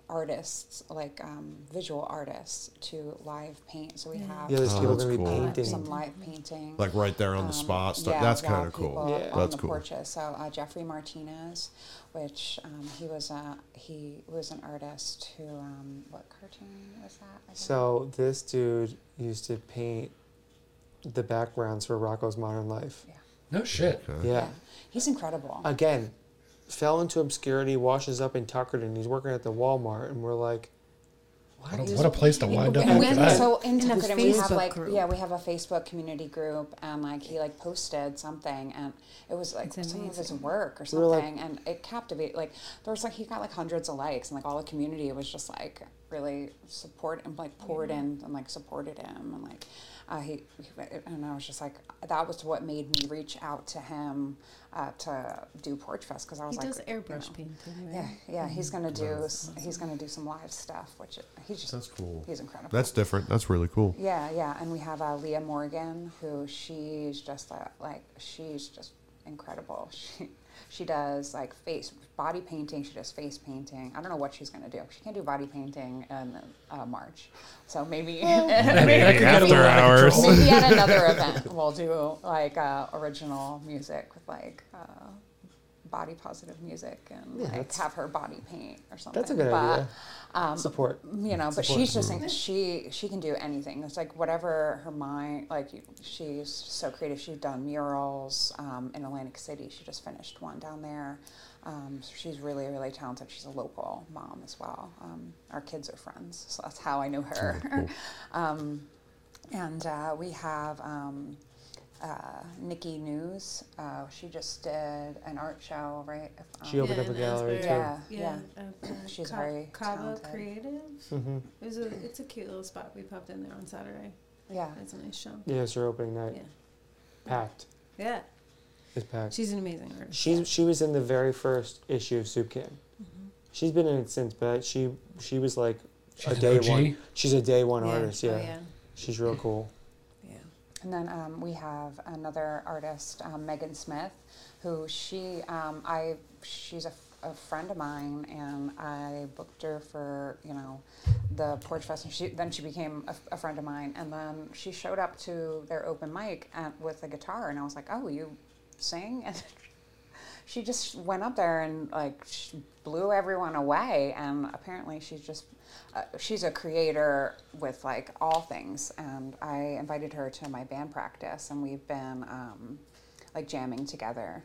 Speaker 5: artists, like um, visual artists, to live paint. So we have
Speaker 3: Yeah, there's
Speaker 2: Oh,
Speaker 3: people
Speaker 2: that's
Speaker 3: going to be
Speaker 2: cool.
Speaker 5: um,
Speaker 3: painting.
Speaker 5: some live painting.
Speaker 2: Like right there on the
Speaker 5: um,
Speaker 2: spot. Start,
Speaker 5: yeah,
Speaker 2: that's
Speaker 5: while
Speaker 2: kind of cool.
Speaker 5: people
Speaker 3: Yeah.
Speaker 5: On
Speaker 2: That's
Speaker 5: the
Speaker 2: cool.
Speaker 5: porches. So uh, Jeffrey Martinez, which um, he was a he was an artist who um, what cartoon was that? I think?
Speaker 3: So this dude used to paint the backgrounds for Rocco's Modern Life.
Speaker 5: yeah.
Speaker 4: No shit.
Speaker 3: Yeah.
Speaker 5: yeah, he's incredible.
Speaker 3: Again, fell into obscurity, washes up in Tuckerton. He's working at the Walmart, and we're like,
Speaker 4: What a, what a place to wind up
Speaker 5: And
Speaker 4: after
Speaker 6: when-
Speaker 4: that.
Speaker 5: so in
Speaker 6: In a
Speaker 5: Tuckerton, we have
Speaker 6: Facebook
Speaker 5: like
Speaker 6: group.
Speaker 5: yeah, we have a Facebook community group, and like he like posted something, and it was like
Speaker 6: It's
Speaker 5: some of his
Speaker 6: amazing.
Speaker 5: work or
Speaker 3: We were like-
Speaker 5: something, and it captivated. Like there was like he got like hundreds of likes, and like all the community was just like really support and like poured in and like supported him, and like uh, he, he and I was just like that was what made me reach out to him uh, to do Porch Fest because I was
Speaker 6: He
Speaker 5: like
Speaker 6: does
Speaker 5: you
Speaker 6: airbrush
Speaker 5: know,
Speaker 6: painting, right?
Speaker 5: Yeah, yeah, he's gonna do s he's gonna do some live stuff, which he's just
Speaker 2: That's cool.
Speaker 5: He's incredible.
Speaker 2: That's different. That's really cool.
Speaker 5: Yeah, yeah, and we have uh, Leah Morgan, who she's just a, like she's just incredible. She she does like face body painting. She does face painting. I don't know what she's gonna do. She can't do body painting in uh, March, so
Speaker 4: Maybe
Speaker 5: maybe
Speaker 4: that could get a little out of control.
Speaker 5: maybe at another event we'll do like uh, original music with like. Uh, Body positive music and
Speaker 3: Yeah,
Speaker 5: like
Speaker 3: that's-
Speaker 5: have her body paint or something.
Speaker 3: that's a good
Speaker 5: But-
Speaker 3: idea. Support.
Speaker 5: you know, but she's just in- she she can do anything. It's like whatever her mind like. you- She's so creative. She's done murals um, in Atlantic City. She just finished one down there. Um, so she's really really talented. She's a local mom as well. Um, our kids are friends, so that's how I knew her. um, and uh, we have um, uh, Nikki News. Uh, she just did an art show, right? If,
Speaker 3: She
Speaker 5: um,
Speaker 3: opened up a gallery, too.
Speaker 5: Yeah,
Speaker 6: Yeah.
Speaker 5: yeah.
Speaker 6: uh,
Speaker 5: She's
Speaker 6: Ca-
Speaker 5: very
Speaker 6: Cava
Speaker 5: talented.
Speaker 6: Creative. Mm-hmm. It was a, it's a cute little spot. We popped in there on Saturday.
Speaker 5: yeah.
Speaker 6: That's a nice show.
Speaker 3: Yeah, it's her opening night.
Speaker 6: Yeah.
Speaker 3: Packed.
Speaker 6: Yeah.
Speaker 3: It's packed.
Speaker 6: She's an amazing artist.
Speaker 3: She she was in the very first issue of Soup Can.
Speaker 6: Mm-hmm.
Speaker 3: She's been in it since, but she she was like
Speaker 4: She's
Speaker 3: a
Speaker 4: an
Speaker 3: day
Speaker 4: OG?
Speaker 3: one. She's a day one artist.
Speaker 6: Oh,
Speaker 3: Yeah.
Speaker 6: yeah.
Speaker 3: she's real cool.
Speaker 6: Yeah.
Speaker 5: And then um, we have another artist, um, Megan Smith, who she, um, I, she's a, f- a friend of mine, and I booked her for you know the Porch Fest, and she then she became a, f- a friend of mine, and then she showed up to their open mic at, with a guitar, and I was like, oh, you sing? And she just went up there and like sh blew everyone away. And apparently, she's just uh, she's a creator with like all things. And I invited her to my band practice, and we've been um, like jamming together.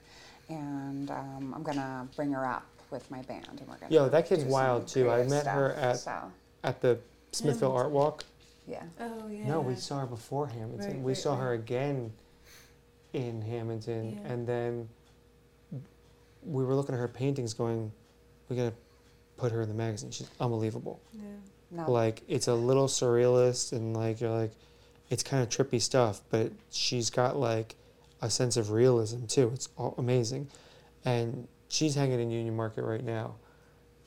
Speaker 5: And um, I'm gonna bring her up with my band, and we're gonna.
Speaker 3: Yo, that kid's
Speaker 5: do some
Speaker 3: wild too. I
Speaker 5: creative
Speaker 3: met her
Speaker 5: stuff.
Speaker 3: at
Speaker 5: So,
Speaker 3: at the Smithville Art Walk.
Speaker 5: yeah.
Speaker 6: Oh yeah.
Speaker 3: No, we saw her before Hamilton.
Speaker 6: Right,
Speaker 3: we
Speaker 6: right,
Speaker 3: saw her
Speaker 6: right.
Speaker 3: again in Hamilton,
Speaker 6: Yeah.
Speaker 3: and then we were looking at her paintings, going, "We gotta put her in the magazine. She's unbelievable.
Speaker 6: Yeah.
Speaker 5: No.
Speaker 3: Like it's a little surrealist, and like you're like, it's kind of trippy stuff, but she's got like a sense of realism too. It's all amazing, and she's hanging in Union Market right now.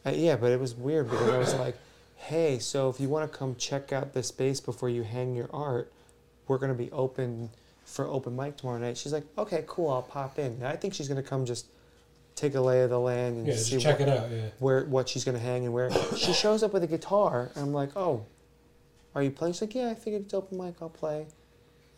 Speaker 3: Uh, yeah, but it was weird because I was like, hey, so if you want to come check out this space before you hang your art, we're going to be open for open mic tomorrow night. She's like, okay, cool, I'll pop in. And I think she's going to come just take a lay of the land and
Speaker 4: Yeah,
Speaker 3: see
Speaker 4: just check
Speaker 3: what,
Speaker 4: it out. Yeah.
Speaker 3: where what she's going to hang and where. she shows up with a guitar, and I'm like, oh, are you playing? She's like, yeah, I figured it's open mic, I'll play.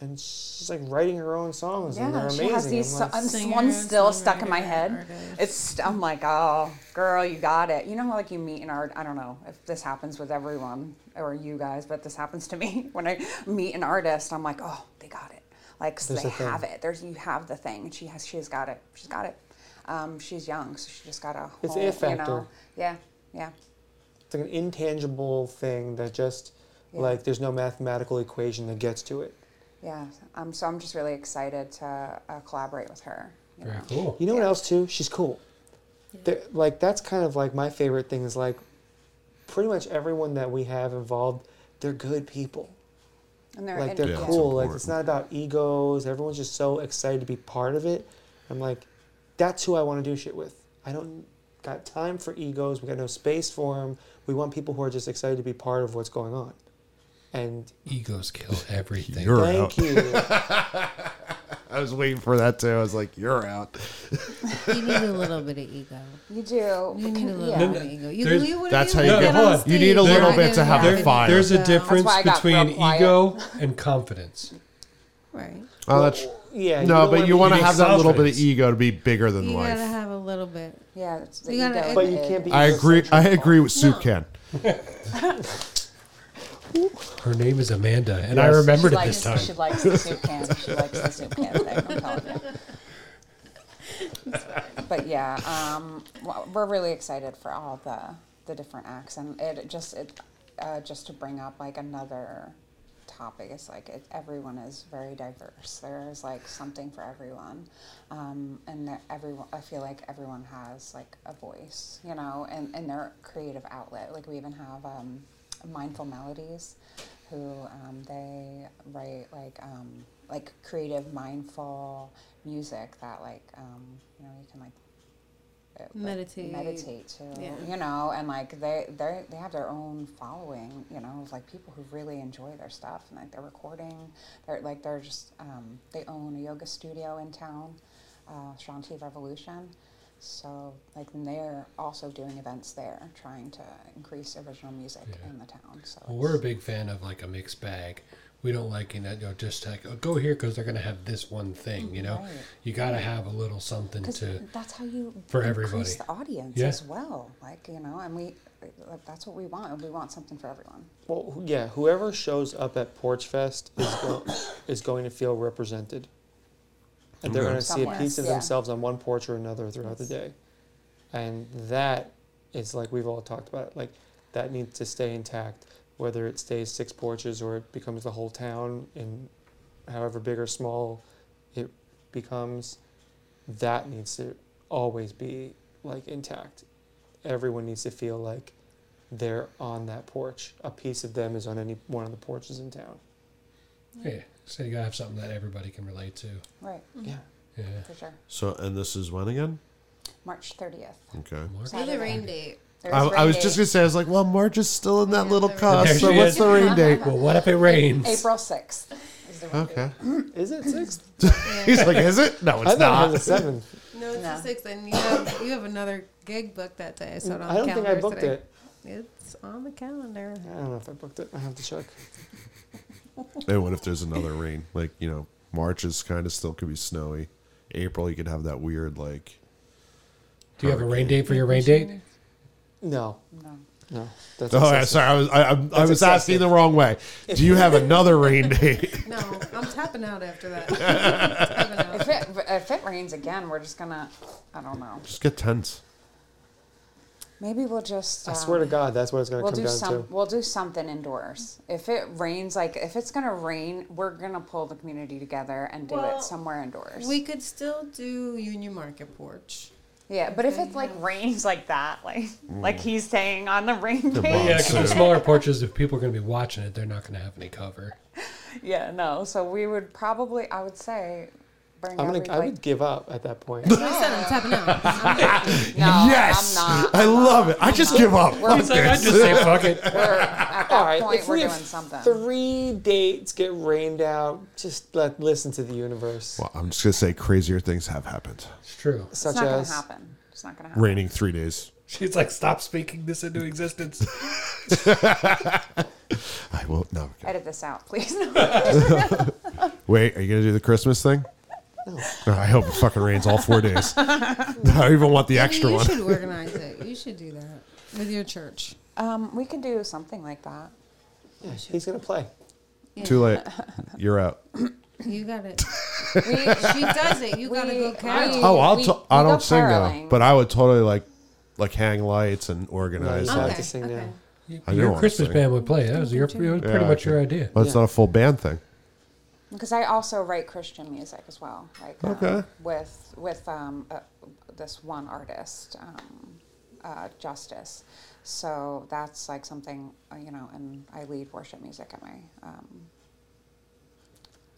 Speaker 3: And she's like writing her own songs, and they're
Speaker 5: Yeah,
Speaker 3: amazing.
Speaker 5: she has
Speaker 3: I'm
Speaker 5: these. So- uh
Speaker 3: like,
Speaker 5: I'm s-
Speaker 6: Singer,
Speaker 5: one's still stuck in my
Speaker 6: songwriter,
Speaker 5: head.
Speaker 6: artist.
Speaker 5: It's. st- I'm like, oh, girl, you got it. You know how like you meet an art. I don't know if this happens with everyone or you guys, but this happens to me when I meet an artist. I'm like, oh, they got it. Like so
Speaker 3: There's
Speaker 5: they
Speaker 3: a thing.
Speaker 5: have it. There's you have the thing. She has. She's got it. She's got it. Um, she's young, so she just got a.
Speaker 3: It's
Speaker 5: whole,
Speaker 3: it
Speaker 5: You
Speaker 3: factor.
Speaker 5: know, yeah, yeah.
Speaker 3: it's like an intangible thing that just
Speaker 5: Yeah.
Speaker 3: like there's no mathematical equation that gets to it.
Speaker 5: Yeah, um, so I'm just really excited to uh, collaborate with her. you
Speaker 4: Very
Speaker 5: know.
Speaker 4: cool.
Speaker 3: You know what else too? She's cool. There- Like that's kind of like my favorite thing is like pretty much everyone that we have involved, they're good people.
Speaker 5: And they're,
Speaker 3: like
Speaker 5: and-
Speaker 3: they're
Speaker 2: Yeah, it's
Speaker 3: cool. like it's
Speaker 2: important.
Speaker 3: not about egos. Everyone's just so excited to be part of it. I'm like, that's who I want to do shit with. I don't got time for egos. We got no space for them. We want people who are just excited to be part of what's going on. And
Speaker 4: Egos kill everything.
Speaker 2: You're out.
Speaker 3: thank you.
Speaker 2: I was waiting for that too. I was like, you're out.
Speaker 6: You need a little bit of ego.
Speaker 5: You do.
Speaker 6: You
Speaker 5: but
Speaker 6: need
Speaker 5: can-
Speaker 6: a little
Speaker 5: yeah.
Speaker 6: bit of ego. You,
Speaker 4: There's-
Speaker 6: you wouldn't
Speaker 2: that's
Speaker 6: be
Speaker 2: how
Speaker 6: able
Speaker 4: you
Speaker 6: to
Speaker 4: get-
Speaker 6: get on
Speaker 4: hold
Speaker 2: on. You need a
Speaker 6: stage
Speaker 2: little
Speaker 6: right
Speaker 2: bit to
Speaker 6: now.
Speaker 2: have
Speaker 4: There-
Speaker 2: fire.
Speaker 4: There's a
Speaker 6: So-
Speaker 4: difference
Speaker 5: why I got real
Speaker 4: between
Speaker 5: quiet.
Speaker 4: ego and confidence.
Speaker 6: Right.
Speaker 2: Oh, that's
Speaker 3: Yeah.
Speaker 2: no,
Speaker 3: don't
Speaker 2: but
Speaker 3: wanna
Speaker 2: you
Speaker 3: be-
Speaker 2: want to
Speaker 4: you need
Speaker 2: have that little bit of
Speaker 4: confidence.
Speaker 2: ego to be bigger than
Speaker 6: You
Speaker 2: life.
Speaker 6: gotta have a little bit.
Speaker 5: Yeah, it's the
Speaker 6: You gotta
Speaker 5: ego.
Speaker 6: ad-
Speaker 5: But
Speaker 3: But you can't be.
Speaker 2: I agree. I
Speaker 3: egocentric.
Speaker 2: agree with Soup
Speaker 6: No.
Speaker 2: Can.
Speaker 4: Her name is Amanda, and I
Speaker 2: Yes.
Speaker 5: She
Speaker 4: remembered it
Speaker 5: likes,
Speaker 4: this time.
Speaker 5: she likes the soup can. She likes the soup can thing. I'm telling you. But yeah, um, w- we're really excited for all the the different acts, and it just it uh, just to bring up like another topic. It's like it, everyone is very diverse. There's like something for everyone, um, and that everyone. I feel like everyone has like a voice, you know, and and their creative outlet. Like we even have. Um, Mindful Melodies, who um, they write like um, like creative, mindful music that like um, you know you can like uh, like,
Speaker 6: Meditate.
Speaker 5: meditate to,
Speaker 6: Yeah.
Speaker 5: you know, and like they they they have their own following, you know, of like people who really enjoy their stuff and like they're recording, they're like they're just um, they own a yoga studio in town, uh, Shanti Revolution. So like and they're also doing events there, trying to increase original music
Speaker 4: Yeah.
Speaker 5: in the town. So
Speaker 4: Well, we're a
Speaker 5: it's-
Speaker 4: big fan of like a mixed bag. We don't like you know you know, just like oh, go here because they're gonna have this one thing. You know,
Speaker 5: Right.
Speaker 4: you gotta have a little something
Speaker 5: 'Cause
Speaker 4: to.
Speaker 5: that's how you
Speaker 4: for everybody.
Speaker 5: increase the audience
Speaker 4: Yeah.
Speaker 5: as well. Like you know, and we like, that's what we want. We want something for everyone.
Speaker 3: Well, who- yeah. Whoever shows up at Porch Fest is go- is going to feel represented, and they're
Speaker 2: Okay.
Speaker 3: going to see a
Speaker 5: Somewhere,
Speaker 3: piece of
Speaker 5: yeah.
Speaker 3: themselves on one porch or another throughout the day, and that is like we've all talked about. It. Like that needs to stay intact, whether it stays six porches or it becomes the whole town, and however big or small it becomes, that needs to always be like intact. Everyone needs to feel like they're on that porch. A piece of them is on any one of the porches in town.
Speaker 4: Yeah, so you gotta have something that everybody can relate to.
Speaker 5: Right,
Speaker 6: Mm-hmm.
Speaker 3: Yeah.
Speaker 4: Yeah,
Speaker 5: for sure.
Speaker 2: So, and this is when again?
Speaker 5: March thirtieth.
Speaker 2: Okay.
Speaker 4: Mark.
Speaker 6: Say the rain date.
Speaker 2: I, I was just gonna say, I was like, well, March is still in that
Speaker 6: Yeah,
Speaker 2: little
Speaker 6: there
Speaker 2: cuss.
Speaker 4: is.
Speaker 2: So
Speaker 4: There she
Speaker 2: what's
Speaker 4: is.
Speaker 2: the rain date?
Speaker 4: Well, what if it rains?
Speaker 5: April sixth.
Speaker 2: Okay.
Speaker 3: Is it sixth?
Speaker 2: He's like, is it? No,
Speaker 3: I
Speaker 2: it's
Speaker 3: thought it
Speaker 2: not.
Speaker 3: was the seventh.
Speaker 6: No,
Speaker 5: No.
Speaker 6: it's the sixth, and you have you have another gig booked that day. I saw it on
Speaker 3: I don't
Speaker 6: the
Speaker 3: think
Speaker 6: calendar
Speaker 3: I booked
Speaker 6: today.
Speaker 3: it.
Speaker 6: It's on the calendar.
Speaker 3: I don't know if I booked it. I have to check.
Speaker 2: And what if there's another rain? Like, you know, March is kind of still could be snowy. April, you could have that weird like
Speaker 4: Do you have a rain date for your rain date?
Speaker 3: No,
Speaker 5: No.
Speaker 3: no. That's
Speaker 2: Oh, yeah,
Speaker 3: excessive.
Speaker 2: sorry. I was I, I, I was asking
Speaker 3: That's excessive.
Speaker 2: the wrong way. Do you have another rain date?
Speaker 6: No, I'm tapping out after that. Tapping out.
Speaker 5: If it, if it rains again, we're just gonna. I don't know.
Speaker 2: Just get tents.
Speaker 5: Maybe we'll just.
Speaker 3: I
Speaker 5: um,
Speaker 3: swear to God, that's what it's going to
Speaker 5: We'll
Speaker 3: come
Speaker 5: do
Speaker 3: down
Speaker 5: some.
Speaker 3: to.
Speaker 5: We'll do something indoors. If it rains, like if it's gonna rain, we're gonna pull the community together and do
Speaker 6: Well,
Speaker 5: it somewhere indoors.
Speaker 6: We could still do Union Market porch.
Speaker 5: yeah, but if it like rains like that, like
Speaker 2: Mm.
Speaker 5: like he's saying on the rain
Speaker 2: mom.
Speaker 5: date,
Speaker 4: Yeah,
Speaker 5: yeah.
Speaker 4: because the smaller porches, if people are going to be watching it, they're not going to have any cover.
Speaker 5: no. So we would probably, I would say, bring.
Speaker 3: I'm going
Speaker 5: every,
Speaker 3: to. I
Speaker 5: like-
Speaker 3: would give up at that point.
Speaker 6: I said I'm tapping out. I'm-
Speaker 5: No,
Speaker 2: yes,
Speaker 5: I'm not.
Speaker 2: I love it. I just give up.
Speaker 5: We're-
Speaker 4: It's like, I just say fuck it.
Speaker 5: We're, at that
Speaker 3: All right,
Speaker 5: point,
Speaker 3: if
Speaker 5: we're
Speaker 3: we
Speaker 5: doing
Speaker 3: have
Speaker 5: something.
Speaker 3: Three dates get rained out. Just let listen to the universe.
Speaker 2: Well, I'm just gonna say crazier things have happened.
Speaker 4: It's true.
Speaker 5: it's
Speaker 3: Such
Speaker 5: not
Speaker 3: as
Speaker 5: gonna happen. It's not gonna happen.
Speaker 2: Raining three days.
Speaker 4: She's like, stop speaking this into existence.
Speaker 2: I will no. okay.
Speaker 5: Edit this out, please.
Speaker 2: Wait, are you gonna do the Christmas thing? No. I hope it fucking rains all four days. I don't even want the extra
Speaker 6: you
Speaker 2: one.
Speaker 6: should organize it. You should do that with your church.
Speaker 5: um, we can do something like that.
Speaker 3: he's going to play.
Speaker 2: Too late. You're out.
Speaker 6: You got it.
Speaker 5: We,
Speaker 6: She does it. You got to
Speaker 5: We-
Speaker 6: go
Speaker 5: we-
Speaker 6: carol.
Speaker 2: Oh, I'll.
Speaker 5: We-
Speaker 2: t-
Speaker 5: we
Speaker 2: I
Speaker 5: go
Speaker 2: don't sing now,
Speaker 5: caroling.
Speaker 2: but I would totally like, like hang lights and organize.
Speaker 3: No, you
Speaker 2: like-
Speaker 3: have to sing
Speaker 6: okay.
Speaker 3: now.
Speaker 2: I do
Speaker 4: your
Speaker 2: wanna
Speaker 4: Christmas
Speaker 2: sing.
Speaker 4: band would play. That was, your, it was pretty
Speaker 2: Yeah,
Speaker 4: much
Speaker 2: okay.
Speaker 4: your idea.
Speaker 2: Well, it's
Speaker 3: Yeah.
Speaker 2: not a full band thing.
Speaker 5: because I also write Christian music as well, like um,
Speaker 2: Okay.
Speaker 5: with with um, uh, this one artist, um, uh, Justice. So that's like something uh, you know, and I lead worship music at my um,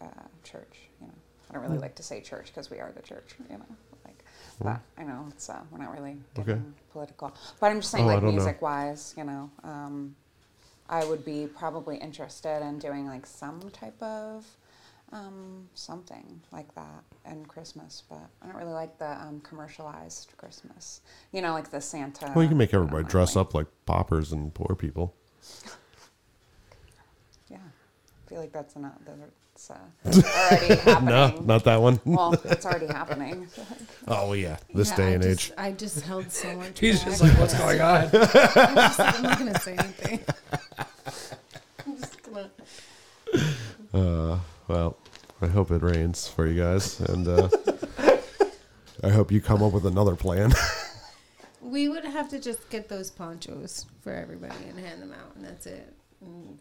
Speaker 5: uh, church. You know, I don't
Speaker 2: Hmm.
Speaker 5: really like to say church because we are the church. You know, like but I know it's uh, we're not really
Speaker 2: Okay.
Speaker 5: getting political, but I'm just saying
Speaker 2: Oh, I
Speaker 5: like
Speaker 2: don't know.
Speaker 5: music wise, you know. Um, I would be probably interested in doing like some type of um, something like that and Christmas, but I don't really like the um, commercialized Christmas. You know, like the Santa.
Speaker 2: Well, you can make everybody
Speaker 5: um,
Speaker 2: dress
Speaker 5: like-
Speaker 2: up like paupers and poor people.
Speaker 5: Yeah, I feel like that's not that's uh,
Speaker 2: No,
Speaker 5: already happening.
Speaker 2: not that one.
Speaker 5: Well, it's already happening.
Speaker 2: Oh yeah, this
Speaker 6: Yeah,
Speaker 2: day
Speaker 6: I
Speaker 2: and
Speaker 6: just-
Speaker 2: age.
Speaker 6: I just held so much.
Speaker 4: She's
Speaker 6: back.
Speaker 4: just like, what's going on?
Speaker 6: I'm, just, I'm not gonna say anything. I'm just gonna.
Speaker 2: Uh, Well, I hope it rains for you guys, and uh, I hope you come up with another plan.
Speaker 6: We would have to just get those ponchos for everybody and hand them out, and that's it. And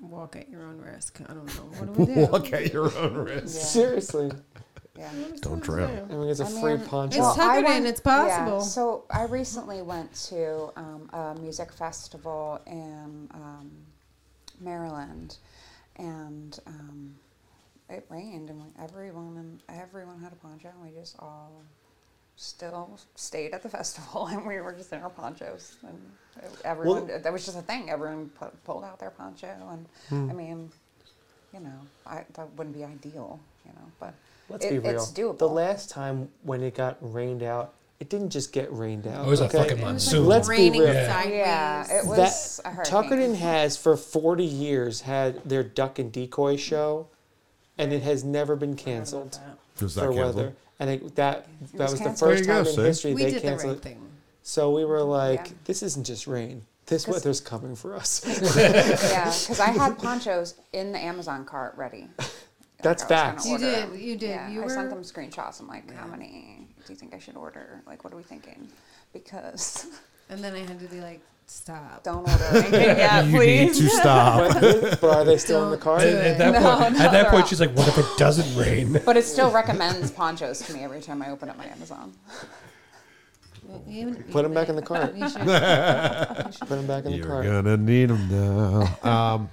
Speaker 6: walk at your own risk. I don't know. What do we do?
Speaker 2: Walk at your own risk.
Speaker 5: Yeah,
Speaker 3: Seriously,
Speaker 5: yeah.
Speaker 2: Don't drown.
Speaker 3: everyone gets a
Speaker 5: I
Speaker 3: free
Speaker 5: mean,
Speaker 3: poncho.
Speaker 6: It's tuck
Speaker 5: I
Speaker 6: it in, it's possible.
Speaker 5: so I recently went to um, a music festival in um, Maryland, and um, it rained, and we- everyone and everyone had a poncho, and we just all still stayed at the festival, and we were just in our ponchos, and everyone that was just a thing. Everyone put, pulled out their poncho, and
Speaker 3: Hmm.
Speaker 5: I mean, you know, I, that wouldn't be ideal, you know, but.
Speaker 3: Let's
Speaker 5: it-
Speaker 3: be real.
Speaker 5: It's doable.
Speaker 3: The last time when it got rained out, it didn't just get rained out.
Speaker 4: It was a
Speaker 3: okay?
Speaker 4: fucking
Speaker 6: It was
Speaker 4: monsoon.
Speaker 6: like
Speaker 3: Let's be
Speaker 6: raining
Speaker 3: real.
Speaker 6: sideways.
Speaker 5: Yeah, it was
Speaker 3: that
Speaker 5: a hurricane.
Speaker 3: Tuckerton has for 40 years had their duck and decoy show, and it has never been canceled
Speaker 2: Does
Speaker 3: for
Speaker 2: that
Speaker 3: weather.
Speaker 2: cancel?
Speaker 3: And it, that that
Speaker 5: was
Speaker 3: was, the
Speaker 5: canceled.
Speaker 3: first
Speaker 2: There you
Speaker 3: time
Speaker 2: go,
Speaker 3: in
Speaker 2: see?
Speaker 3: history
Speaker 6: we
Speaker 3: they
Speaker 6: did the
Speaker 3: canceled.
Speaker 6: right
Speaker 3: it.
Speaker 6: thing.
Speaker 3: So we were like,
Speaker 5: Yeah.
Speaker 3: this isn't just rain. This
Speaker 5: 'Cause-
Speaker 3: weather's coming for us.
Speaker 5: Yeah, because I had ponchos in the Amazon cart ready.
Speaker 3: That's
Speaker 5: I was gonna
Speaker 3: facts.
Speaker 6: You
Speaker 5: order
Speaker 6: did,
Speaker 5: them.
Speaker 6: you did.
Speaker 5: Yeah,
Speaker 6: You
Speaker 5: I sent
Speaker 6: were-
Speaker 5: them screenshots. I'm like, how many do you think I should order? Like, what are we thinking? Because
Speaker 6: And then I had to be like, stop.
Speaker 5: don't order anything yet, please.
Speaker 2: You stop.
Speaker 3: but, but are they still in the
Speaker 6: Don't
Speaker 3: car?
Speaker 6: do
Speaker 4: At, at that
Speaker 5: No,
Speaker 4: point,
Speaker 5: no,
Speaker 4: at that
Speaker 5: they're
Speaker 4: point
Speaker 5: out.
Speaker 4: she's like, what if it doesn't rain?
Speaker 5: But it still recommends ponchos to me every time I open up my Amazon.
Speaker 6: Well, even-
Speaker 3: Put 'em back in the cart.
Speaker 6: You should.
Speaker 3: Put them back in the
Speaker 2: You're
Speaker 3: car.
Speaker 2: gonna need them now. Um,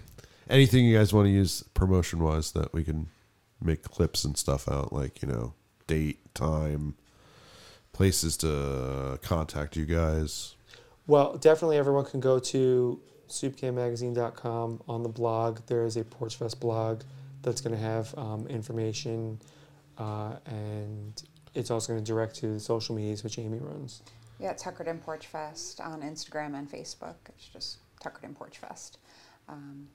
Speaker 2: anything you guys want to use promotion wise that we can make clips and stuff out, like you know, date, time, places to contact you guys.
Speaker 3: Well, definitely everyone can go to soupcanmagazine.com on the blog. There is a Porch Fest blog that's going to have um, information uh, and it's also going to direct to the social medias, which Amy runs.
Speaker 5: Yeah, Tuckerton Porch Fest on Instagram and Facebook. It's just Tuckerton Porch Fest. Um,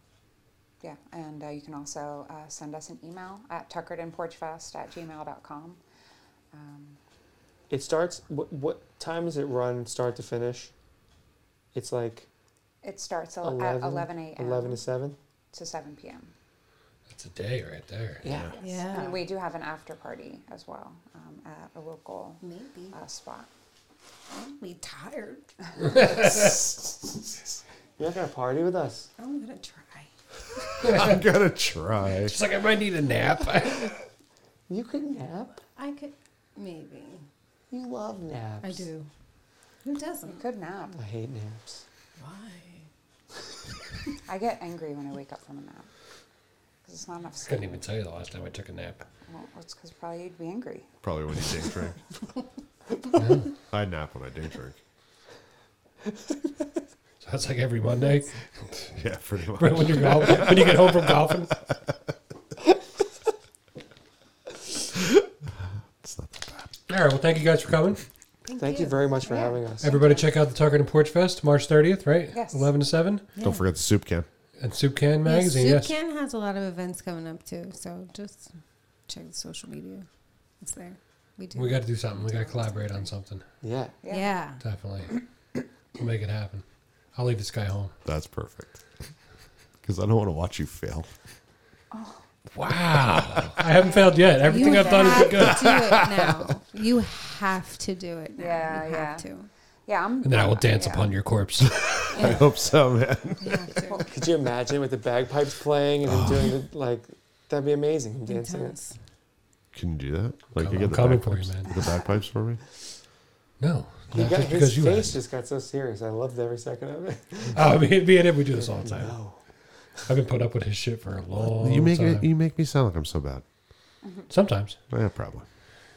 Speaker 5: yeah, and uh, you can also uh, send us an email at tuckertonporchfest at gmail.com. Um,
Speaker 3: It starts. What, what time does it run, start to finish? It's like
Speaker 5: It starts el-
Speaker 3: 11,
Speaker 5: at 11 a.m.
Speaker 3: Eleven to seven.
Speaker 5: to 7 p.m.
Speaker 4: That's a day right there.
Speaker 3: Yeah.
Speaker 6: Yeah.
Speaker 5: And we do have an after party as well um, at a local
Speaker 6: Maybe.
Speaker 5: uh, spot.
Speaker 6: I'll be tired.
Speaker 3: You're not gonna party with us.
Speaker 6: I'm gonna try.
Speaker 2: I gotta try.
Speaker 4: She's like, I might need a nap.
Speaker 3: You could nap.
Speaker 6: I could maybe.
Speaker 3: You love naps.
Speaker 6: I do. Who doesn't?
Speaker 5: Good nap.
Speaker 3: I hate naps.
Speaker 6: Why?
Speaker 5: I get angry when I wake up from a nap because it's not enough sleep.
Speaker 4: Couldn't even tell you the last time I took a nap.
Speaker 5: Well, it's because probably you'd be angry.
Speaker 2: Probably when you dink drink. I nap when I dink drink.
Speaker 4: So that's like every Monday,
Speaker 2: Yeah, pretty much.
Speaker 4: right when you golf, when you get home from golfing.
Speaker 2: It's not that bad.
Speaker 4: All right. Well, thank you guys for coming.
Speaker 3: Thank, you. very much for having us.
Speaker 4: Everybody, check out the Tucker and Porch Fest, March 30th, right?
Speaker 5: Yes.
Speaker 4: 11 to 7.
Speaker 2: Don't forget the soup can.
Speaker 4: And Soup Can
Speaker 6: Yeah,
Speaker 4: Magazine,
Speaker 6: Soup
Speaker 4: yes.
Speaker 6: Can has a lot of events coming up too, so just check the social media. It's there. We do.
Speaker 4: We got to do something. We got to collaborate on something.
Speaker 3: Yeah.
Speaker 6: yeah.
Speaker 4: Definitely. We'll make it happen. I'll leave this guy home.
Speaker 2: That's perfect. Because I don't want to watch you fail.
Speaker 4: Wow. I haven't failed yet. Everything I've done has
Speaker 6: have
Speaker 4: been good.
Speaker 6: to do it now. You have to do it now.
Speaker 5: Yeah,
Speaker 6: you
Speaker 5: yeah.
Speaker 6: have to.
Speaker 5: Yeah, I'm.
Speaker 4: And then I will dance
Speaker 5: yeah.
Speaker 4: upon your corpse.
Speaker 2: I hope so, man.
Speaker 6: You have to.
Speaker 3: Could you imagine with the bagpipes playing and
Speaker 4: Oh.
Speaker 3: him doing the like? That'd be amazing. Him dancing. it.
Speaker 6: Intense.
Speaker 2: Can you do that? Like
Speaker 4: I'm
Speaker 2: you get the
Speaker 4: coming for
Speaker 2: bagpipes,
Speaker 4: you, man.
Speaker 2: The bagpipes for me.
Speaker 4: No.
Speaker 3: He
Speaker 4: Not
Speaker 3: got,
Speaker 4: just
Speaker 3: his
Speaker 4: because you
Speaker 3: face
Speaker 4: asked.
Speaker 3: just got so serious. I loved every second of it.
Speaker 4: Oh, me, me and him, we do this all the time.
Speaker 3: No.
Speaker 4: I've been put up with his shit for a long
Speaker 2: you make
Speaker 4: time.
Speaker 2: it. You make me sound like I'm so bad.
Speaker 4: Sometimes.
Speaker 2: Yeah, probably.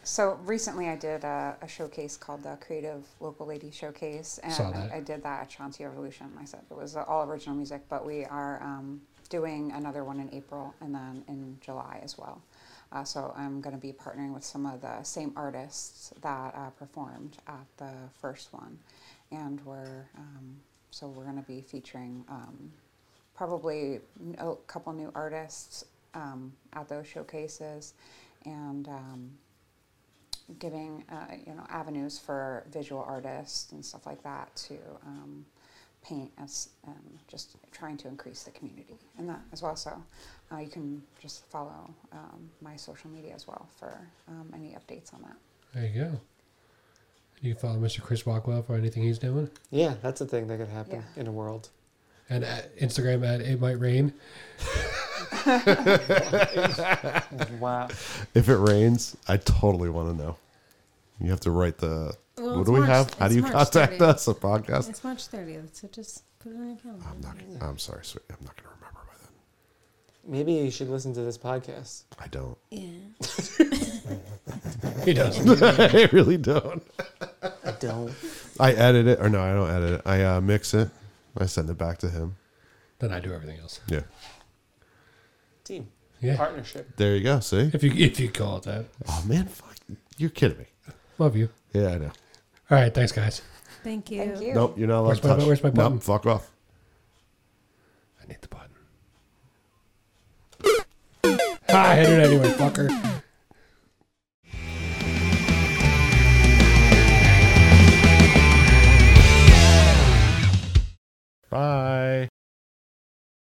Speaker 5: So recently, I did a, a showcase called the Creative Local Lady Showcase, and
Speaker 4: Saw that.
Speaker 5: I, I did that at Shanti Revolution. I said it was all original music, but we are um, doing another one in April and then in July as well. Uh, so I'm going to be partnering with some of the same artists that uh, performed at the first one, and we're um, so we're going to be featuring um, probably n- a couple new artists um, at those showcases, and. Um, giving uh, you know avenues for visual artists and stuff like that to um, paint as um, just trying to increase the community and that as well. So uh, you can just follow um, my social media as well for um, any updates on that.
Speaker 4: There you go. You can follow Mr. Chris Walkwell for anything he's doing.
Speaker 3: Yeah, that's a thing that could happen
Speaker 5: Yeah.
Speaker 3: in a world.
Speaker 4: And at Instagram at It Might Rain.
Speaker 3: Wow.
Speaker 2: If it rains, I totally want to know. You have to write the.
Speaker 6: Well,
Speaker 2: what
Speaker 6: it's
Speaker 2: do we
Speaker 6: March-
Speaker 2: have? How
Speaker 6: it's
Speaker 2: do you
Speaker 6: March
Speaker 2: contact
Speaker 6: 30th.
Speaker 2: us? A podcast?
Speaker 6: It's March 30th, so just put it on your calendar.
Speaker 2: I'm not. I'm sorry, sweet. I'm not gonna remember by then.
Speaker 3: Maybe you should listen to this podcast.
Speaker 2: I don't.
Speaker 6: Yeah.
Speaker 4: He does.
Speaker 2: I really don't.
Speaker 3: I don't.
Speaker 2: I edit it, or no, I don't edit it. I uh, mix it. I send it back to him.
Speaker 4: then I do everything else.
Speaker 2: Yeah.
Speaker 3: Team.
Speaker 4: Yeah.
Speaker 3: Partnership.
Speaker 2: There you go. See.
Speaker 4: If you if you call it that.
Speaker 2: Oh man, fuck. You're kidding me.
Speaker 4: Love you.
Speaker 2: Yeah, I know.
Speaker 4: All right. Thanks, guys.
Speaker 6: Thank you.
Speaker 5: Thank you.
Speaker 2: Nope, you're not allowed
Speaker 4: Where's
Speaker 2: to
Speaker 4: my-
Speaker 2: touch.
Speaker 4: where's my button?
Speaker 2: Nope, fuck off.
Speaker 4: I need the button. ah, I hit it anyway, fucker.